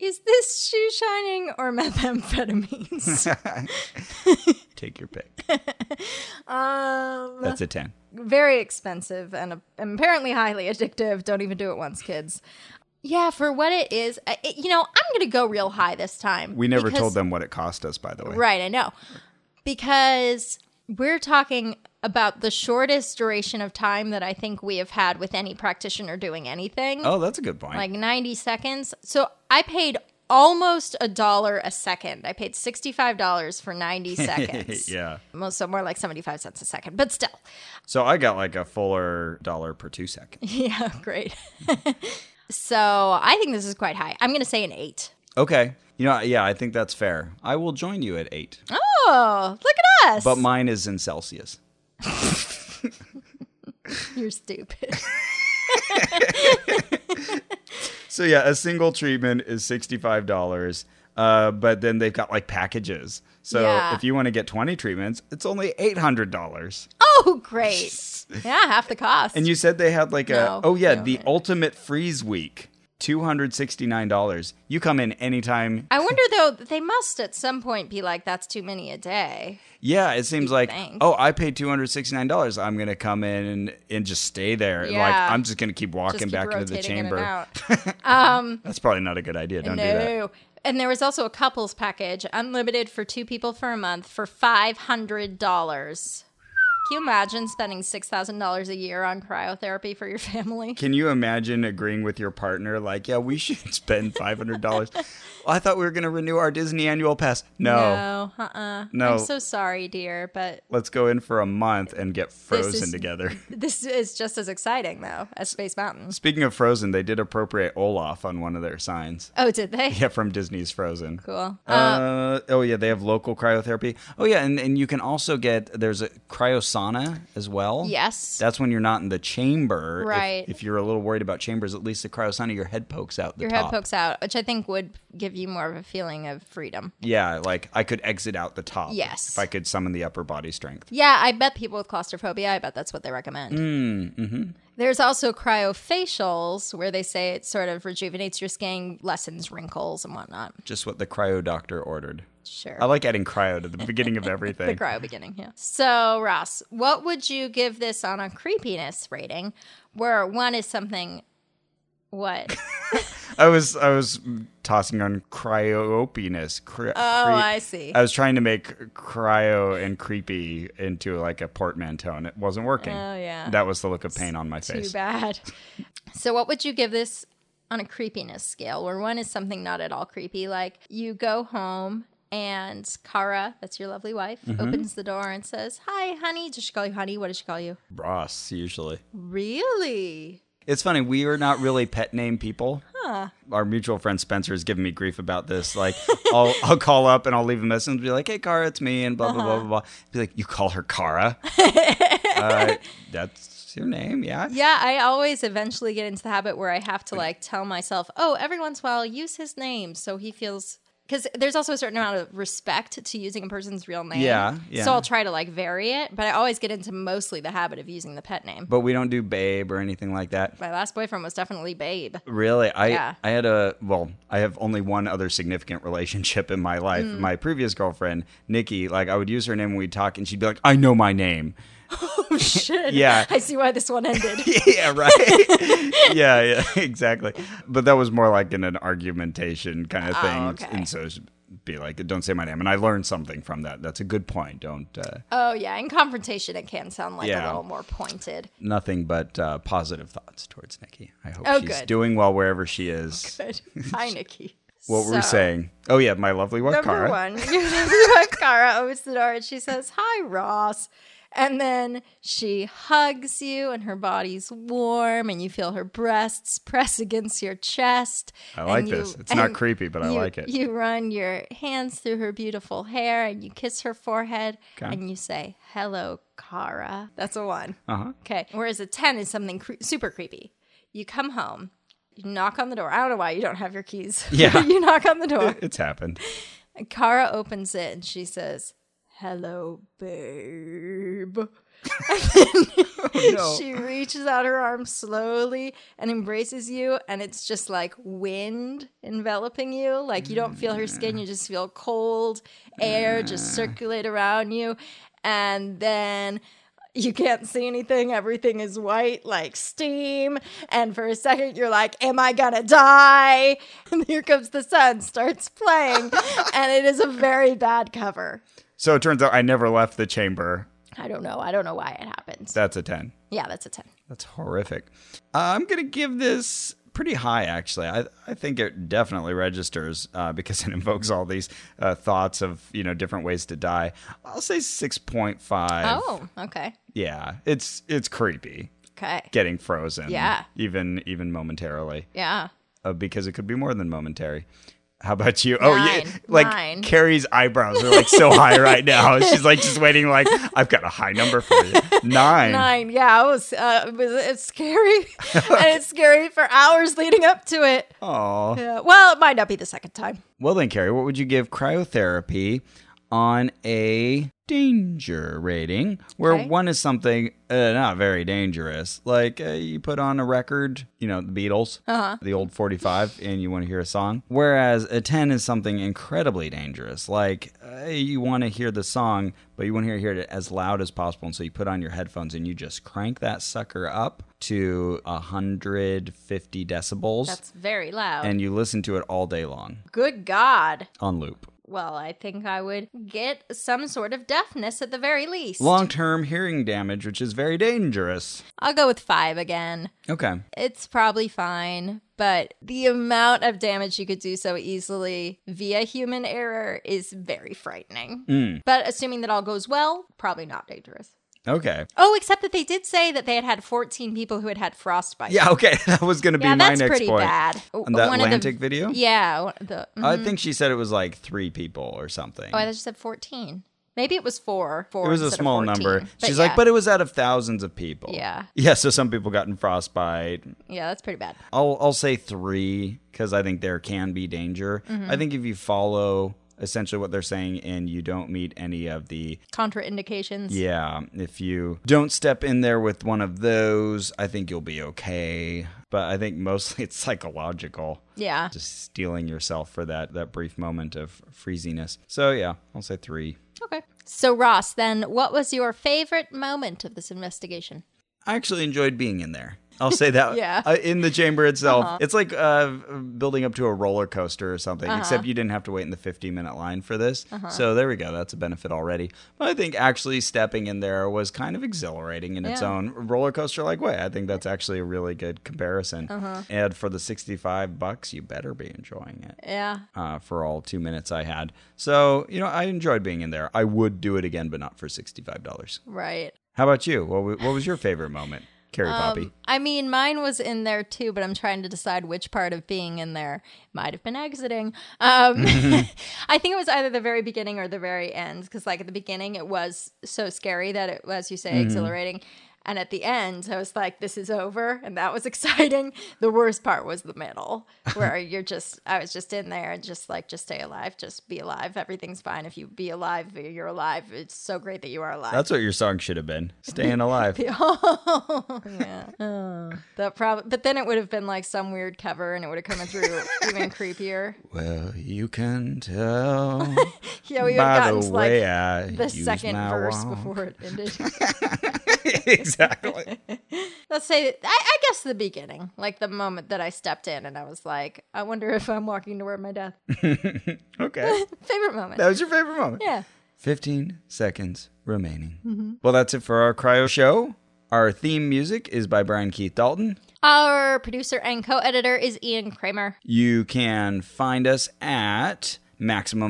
S1: Is this shoe shining or methamphetamines?
S2: Take your pick.
S1: Um,
S2: That's a 10.
S1: very expensive and, a- and apparently highly addictive. Don't even do it once, kids. Yeah, for what it is, I- it, you know, I'm going to go real high this time.
S2: We never
S1: because-
S2: told them what it cost us, by the way.
S1: Right, I know. Because we're talking about the shortest duration of time that I think we have had with any practitioner doing anything.
S2: Oh, that's a good point.
S1: like 90 seconds. So I paid almost a dollar a second. I paid $65 for 90 seconds.
S2: yeah.
S1: Most so more like 75 cents a second, but still.
S2: So I got like a fuller dollar per two seconds.
S1: Yeah, great. so I think this is quite high. I'm going to say an eight.
S2: Okay. You know, yeah, I think that's fair. I will join you at eight.
S1: Oh, look Yes.
S2: But mine is in Celsius.
S1: You're stupid.
S2: So yeah, a single treatment is sixty-five dollars. Uh, but then they've got like packages. So
S1: Yeah.
S2: if you want to get twenty treatments, it's only eight hundred dollars.
S1: oh, great. Yeah, half the cost.
S2: And you said they had like a
S1: No,
S2: oh yeah,
S1: no,
S2: the
S1: no.
S2: ultimate freeze week, two hundred sixty-nine dollars. You come in anytime.
S1: I wonder though, they must at some point be like, that's too many a day.
S2: Yeah, it seems like
S1: think.
S2: oh, I paid two hundred sixty-nine dollars. I'm gonna come in and, and just stay there. And, Like
S1: Yeah.
S2: I'm just gonna keep walking
S1: Just keep
S2: back into
S1: rotating
S2: the chamber.
S1: in and out.
S2: That's probably not a good idea. Don't do that.
S1: no. And there was also a couples package, unlimited for two people for a month for five hundred dollars. Can you imagine spending six thousand dollars a year on cryotherapy for your family?
S2: Can you imagine agreeing with your partner, like, yeah, we should spend five hundred dollars? I thought we were going to renew our Disney annual pass. No, Oh.
S1: No, uh, uh
S2: No.
S1: I'm so sorry, dear, but
S2: let's go in for a month and get frozen
S1: is-
S2: together.
S1: this is just as exciting though as Space Mountain.
S2: Speaking of Frozen, they did appropriate Olaf on one of their signs.
S1: Oh, did they?
S2: Yeah, from Disney's Frozen.
S1: Cool.
S2: Uh, oh yeah, they have local cryotherapy. Oh yeah, and, and you can also get there's a cryosauna as well.
S1: Yes.
S2: that's when you're not in the chamber. If-
S1: Right.
S2: If, you're a little worried about chambers, at least the cryosauna, your head pokes out. The
S1: your
S2: top.
S1: head pokes out, which I think would give you more of a feeling of freedom.
S2: Yeah, like I could exit out the top.
S1: Yes.
S2: If I could summon the upper body strength.
S1: Yeah, I bet people with claustrophobia, I bet that's what they recommend. Mm, hmm
S2: mm-hmm.
S1: There's also cryofacials, where they say it sort of rejuvenates your skin, lessens wrinkles and whatnot.
S2: Just what the cryo doctor ordered.
S1: Sure.
S2: I like adding cryo to the beginning of
S1: the
S2: everything.
S1: cryo beginning, yeah. So, Ross, what would you give this on a creepiness rating? Where one is something, what?
S2: I was I was tossing on cryopiness. Cry-
S1: Oh, I see.
S2: I was trying to make cryo and creepy into like a portmanteau, and it wasn't working.
S1: Oh, yeah.
S2: That was the look of pain on my
S1: Too
S2: face.
S1: bad. So, what would you give this on a creepiness scale? Where one is something not at all creepy, like you go home and Kara, that's your lovely wife,
S2: Mm-hmm.
S1: opens the door and says, Hi, honey. Does she call you honey? What does she call you?
S2: Ross usually.
S1: Really?
S2: It's funny, we are not really pet name people. Our mutual friend Spencer has given me grief about this. Like, I'll, I'll call up and I'll leave a message and be like, hey, Kara, it's me, and blah, blah,
S1: Uh-huh.
S2: blah, blah, blah. Be like, you call her Kara? uh, that's your name, yeah?
S1: Yeah, I always eventually get into the habit where I have to like tell myself, oh, every once in a while, use his name so he feels. Because there's also a certain amount of respect to using a person's real name.
S2: Yeah, yeah.
S1: So I'll try to like vary it, but I always get into mostly the habit of using the pet name.
S2: But we don't do babe or anything like that.
S1: My last boyfriend was definitely Babe.
S2: Really? I
S1: Yeah.
S2: I had a well, I have only one other significant relationship in my life.
S1: Mm.
S2: My previous girlfriend, Nikki, like I would use her name when we'd talk and she'd be like, I know my name.
S1: Oh shit!
S2: Yeah.
S1: I see why this one ended.
S2: yeah, right. yeah, yeah, exactly. But that was more like in an argumentation kind of thing.
S1: Oh, okay.
S2: And so it'd be like, don't say my name. And I learned something from that. That's a good point. Don't, uh,
S1: oh yeah, in confrontation it can sound like
S2: Yeah.
S1: a little more pointed.
S2: nothing but uh, positive thoughts towards Nikki. I hope
S1: Oh,
S2: she's
S1: good.
S2: doing well wherever she is.
S1: But hi, Nikki.
S2: What were we
S1: So,
S2: saying? Oh, yeah, my lovely wife,
S1: Number
S2: Cara.
S1: one, number one, Kara opens the door and she says, "Hi, Ross." And then she hugs you, and her body's warm, and you feel her breasts press against your chest.
S2: I like
S1: and you-
S2: this. It's not
S1: and
S2: creepy, but I
S1: you-
S2: like it.
S1: You run your hands through her beautiful hair, and you kiss her forehead,
S2: Okay.
S1: and you say, "Hello, Kara." That's a one.
S2: Uh-huh.
S1: Okay. Whereas a 10 is something cre- super creepy. You come home, you knock on the door. I don't know why you don't have your keys.
S2: Yeah.
S1: you knock on the door.
S2: It's happened.
S1: And Kara opens it and she says, Hello, babe.
S2: No.
S1: She reaches out her arm slowly and embraces you, and it's just like wind enveloping you. Like you don't feel her skin, you just feel cold air just circulate around you. And then you can't see anything, everything is white like steam. And for a second, you're like, Am I gonna die? And here comes the sun, starts playing, and it is a very bad cover.
S2: So it turns out I never left the chamber.
S1: I don't know. I don't know why it happened.
S2: That's a 10.
S1: Yeah, that's a 10.
S2: That's horrific. Uh, I'm going to give this pretty high, actually. I, I think it definitely registers uh, because it invokes all these uh, thoughts of, you know, different ways to die. I'll say 6.5.
S1: Oh, okay.
S2: Yeah. It's, it's creepy
S1: Okay.
S2: getting frozen.
S1: Yeah.
S2: Even, even momentarily
S1: Yeah.
S2: uh, because it could be more than momentary. How about you? oh, yeah.
S1: Nine.
S2: Like
S1: Nine.
S2: Carrie's eyebrows are like so high right now. She's like just waiting. Like I've got a high number for you. Nine.
S1: Nine. Yeah, it was, uh, it was it's scary. and it's scary for hours leading up to it.
S2: Aw.
S1: Yeah. Well, it might not be the second time.
S2: Well then, Carrie, what would you give cryotherapy on a danger rating, where
S1: Okay.
S2: one is something uh, not very dangerous, like uh, you put on a record, you know, the Beatles, uh-huh. the old 45, and you want to hear a song, whereas a 10 is something incredibly dangerous, like uh, you want to hear the song, but you want to hear it as loud as possible, and so you put on your headphones and you just crank that sucker up to 150 decibels.
S1: That's very loud.
S2: and you listen to it all day long
S1: Good God.
S2: on loop.
S1: Well, I think I would get some sort of deafness at the very least.
S2: Long term hearing damage, which is very dangerous.
S1: I'll go with five again.
S2: Okay.
S1: It's probably fine, but the amount of damage you could do so easily via human error is very frightening. But assuming that all goes well, probably not dangerous.
S2: Okay.
S1: Oh, except that they did say that they had had 14 people who had had frostbite.
S2: Yeah, okay. That was going to be
S1: Yeah,
S2: my
S1: that's
S2: next
S1: pretty
S2: point.
S1: bad.
S2: On that
S1: One of the-
S2: Atlantic video? Uh,
S1: Yeah. one- The, mhm.
S2: I think she said it was like three people or something.
S1: oh, I just said 14. Maybe it was four. four
S2: it was a
S1: instead of
S2: small
S1: 14,
S2: number. She's
S1: yeah.
S2: like, but it was out of thousands of people.
S1: Yeah.
S2: Yeah, so some people got in frostbite.
S1: Yeah, that's pretty bad.
S2: I'll, I'll say three because I think there can be danger.
S1: Mm-hmm.
S2: I think if you follow essentially what they're saying and you don't meet any of the
S1: Contraindications.
S2: Yeah, if you don't step in there with one of those, I think you'll be okay. But I think mostly it's psychological,
S1: Yeah.
S2: just stealing yourself for that that brief moment of freeziness. So yeah, I'll say three.
S1: Okay. So, Ross, then what was your favorite moment of this investigation?
S2: I actually enjoyed being in there. I'll say that.
S1: Yeah. Uh-huh.
S2: Uh, in the chamber itself, it's like uh, building up to a roller coaster or something.
S1: Uh-huh.
S2: Except you didn't have to wait in the 15 minute line for this. So there we go. That's a benefit already. But I think actually stepping in there was kind of exhilarating in its
S1: Yeah.
S2: own roller coaster like way. I think that's actually a really good comparison.
S1: Uh-huh.
S2: And for the 65 bucks, you better be enjoying it
S1: Yeah.
S2: uh, for all two minutes I had. So you know, I enjoyed being in there. I would do it again, but not for 65 dollars.
S1: Right.
S2: How about you? What, wa- what was your favorite moment, Carrie
S1: Um,
S2: Poppy?
S1: I mean, mine was in there too, but I'm trying to decide which part of being in there might have been exiting. Um, I think it was either the very beginning or the very end, because like at the beginning, it was so scary that it, was, you say, exhilarating. And at the end, I was like, this is over. And that was exciting. The worst part was the middle, where you're just, I was just in there and just like, just stay alive, just be alive. Everything's fine. If you be alive, you're alive. It's so great that you are alive.
S2: That's what your song should have been. Staying alive.
S1: Oh, yeah. That probably, but then it would have been like some weird cover, and it would have come through even creepier.
S2: well, you can tell
S1: Yeah, we would have
S2: by
S1: gotten
S2: the
S1: to
S2: way
S1: like
S2: I
S1: the
S2: use
S1: second
S2: my
S1: verse
S2: walk.
S1: before it ended.
S2: exactly.
S1: Let's say, I, I guess the beginning, like the moment that I stepped in, and I was like, I wonder if I'm walking toward my death.
S2: Okay,
S1: Favorite moment.
S2: that was your favorite moment.
S1: yeah. Mm-hmm.
S2: 15 seconds remaining. Well, that's it for our cryo show. Our theme music is by Brian Keith Dalton.
S1: Our producer and co-editor is Ian Kramer.
S2: You can find us at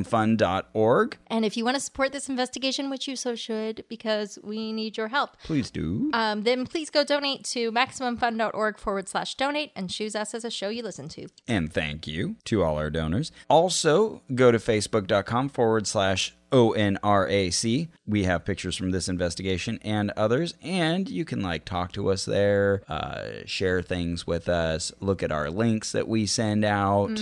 S2: MaximumFun.org.
S1: And if you want to support this investigation, which you so should, because we need your help,
S2: Please do.
S1: um, then please go donate to MaximumFun.org forward slash donate and choose us as a show you listen to.
S2: And thank you to all our donors. Also, go to facebook.com forward slash ONRAC. We have pictures from this investigation and others, and you can like talk to us there, uh, share things with us, look at our links that we send out.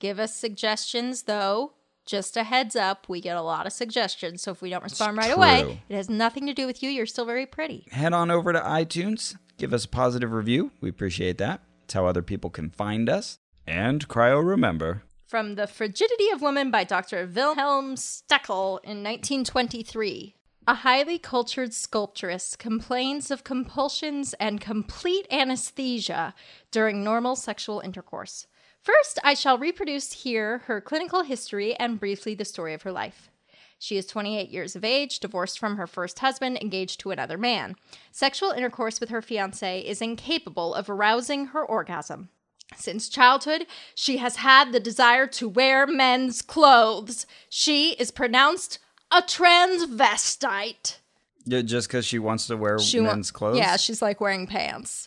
S1: Give us suggestions, though. Just a heads up, we get a lot of suggestions. So if we don't respond right
S2: true.
S1: away, it has nothing to do with you. You're still very pretty.
S2: Head on over to iTunes, give us a positive review. We appreciate that. It's how other people can find us. And cryo remember.
S1: From The Frigidity of Women by Dr. Wilhelm Steckel in 1923. A highly cultured sculptress complains of compulsions and complete anesthesia during normal sexual intercourse. First, I shall reproduce here her clinical history and briefly the story of her life. She is 28 years of age, divorced from her first husband, engaged to another man. Sexual intercourse with her fiance is incapable of arousing her orgasm. Since childhood, she has had the desire to wear men's clothes. She is pronounced a transvestite.
S2: Yeah, Just because she wants to wear
S1: She wa-
S2: men's clothes?
S1: Yeah, she's like wearing pants.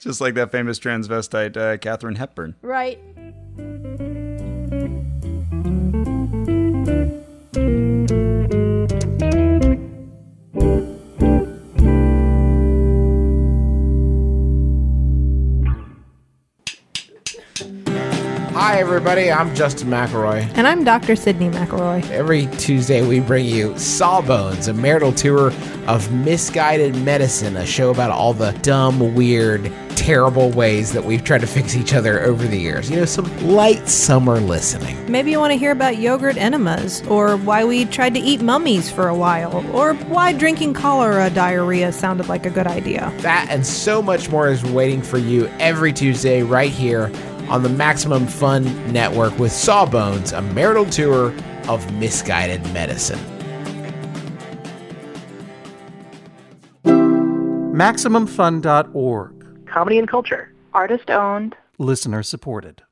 S2: Just like that famous transvestite uh, Catherine Hepburn.
S1: Right.
S5: Hi, everybody. I'm Justin McElroy.
S6: And I'm Dr. Sydney McElroy.
S5: Every Tuesday, we bring you Sawbones, a marital tour of misguided medicine, a show about all the dumb, weird, terrible ways that we've tried to fix each other over the years. You know, some light summer listening.
S6: Maybe you want to hear about yogurt enemas, or why we tried to eat mummies for a while, or why drinking cholera diarrhea sounded like a good idea.
S5: That and so much more is waiting for you every Tuesday, right here on the Maximum Fun Network with Sawbones, a marital tour of misguided medicine.
S7: MaximumFun.org.
S8: comedy and culture. Artist owned.
S7: Listener supported.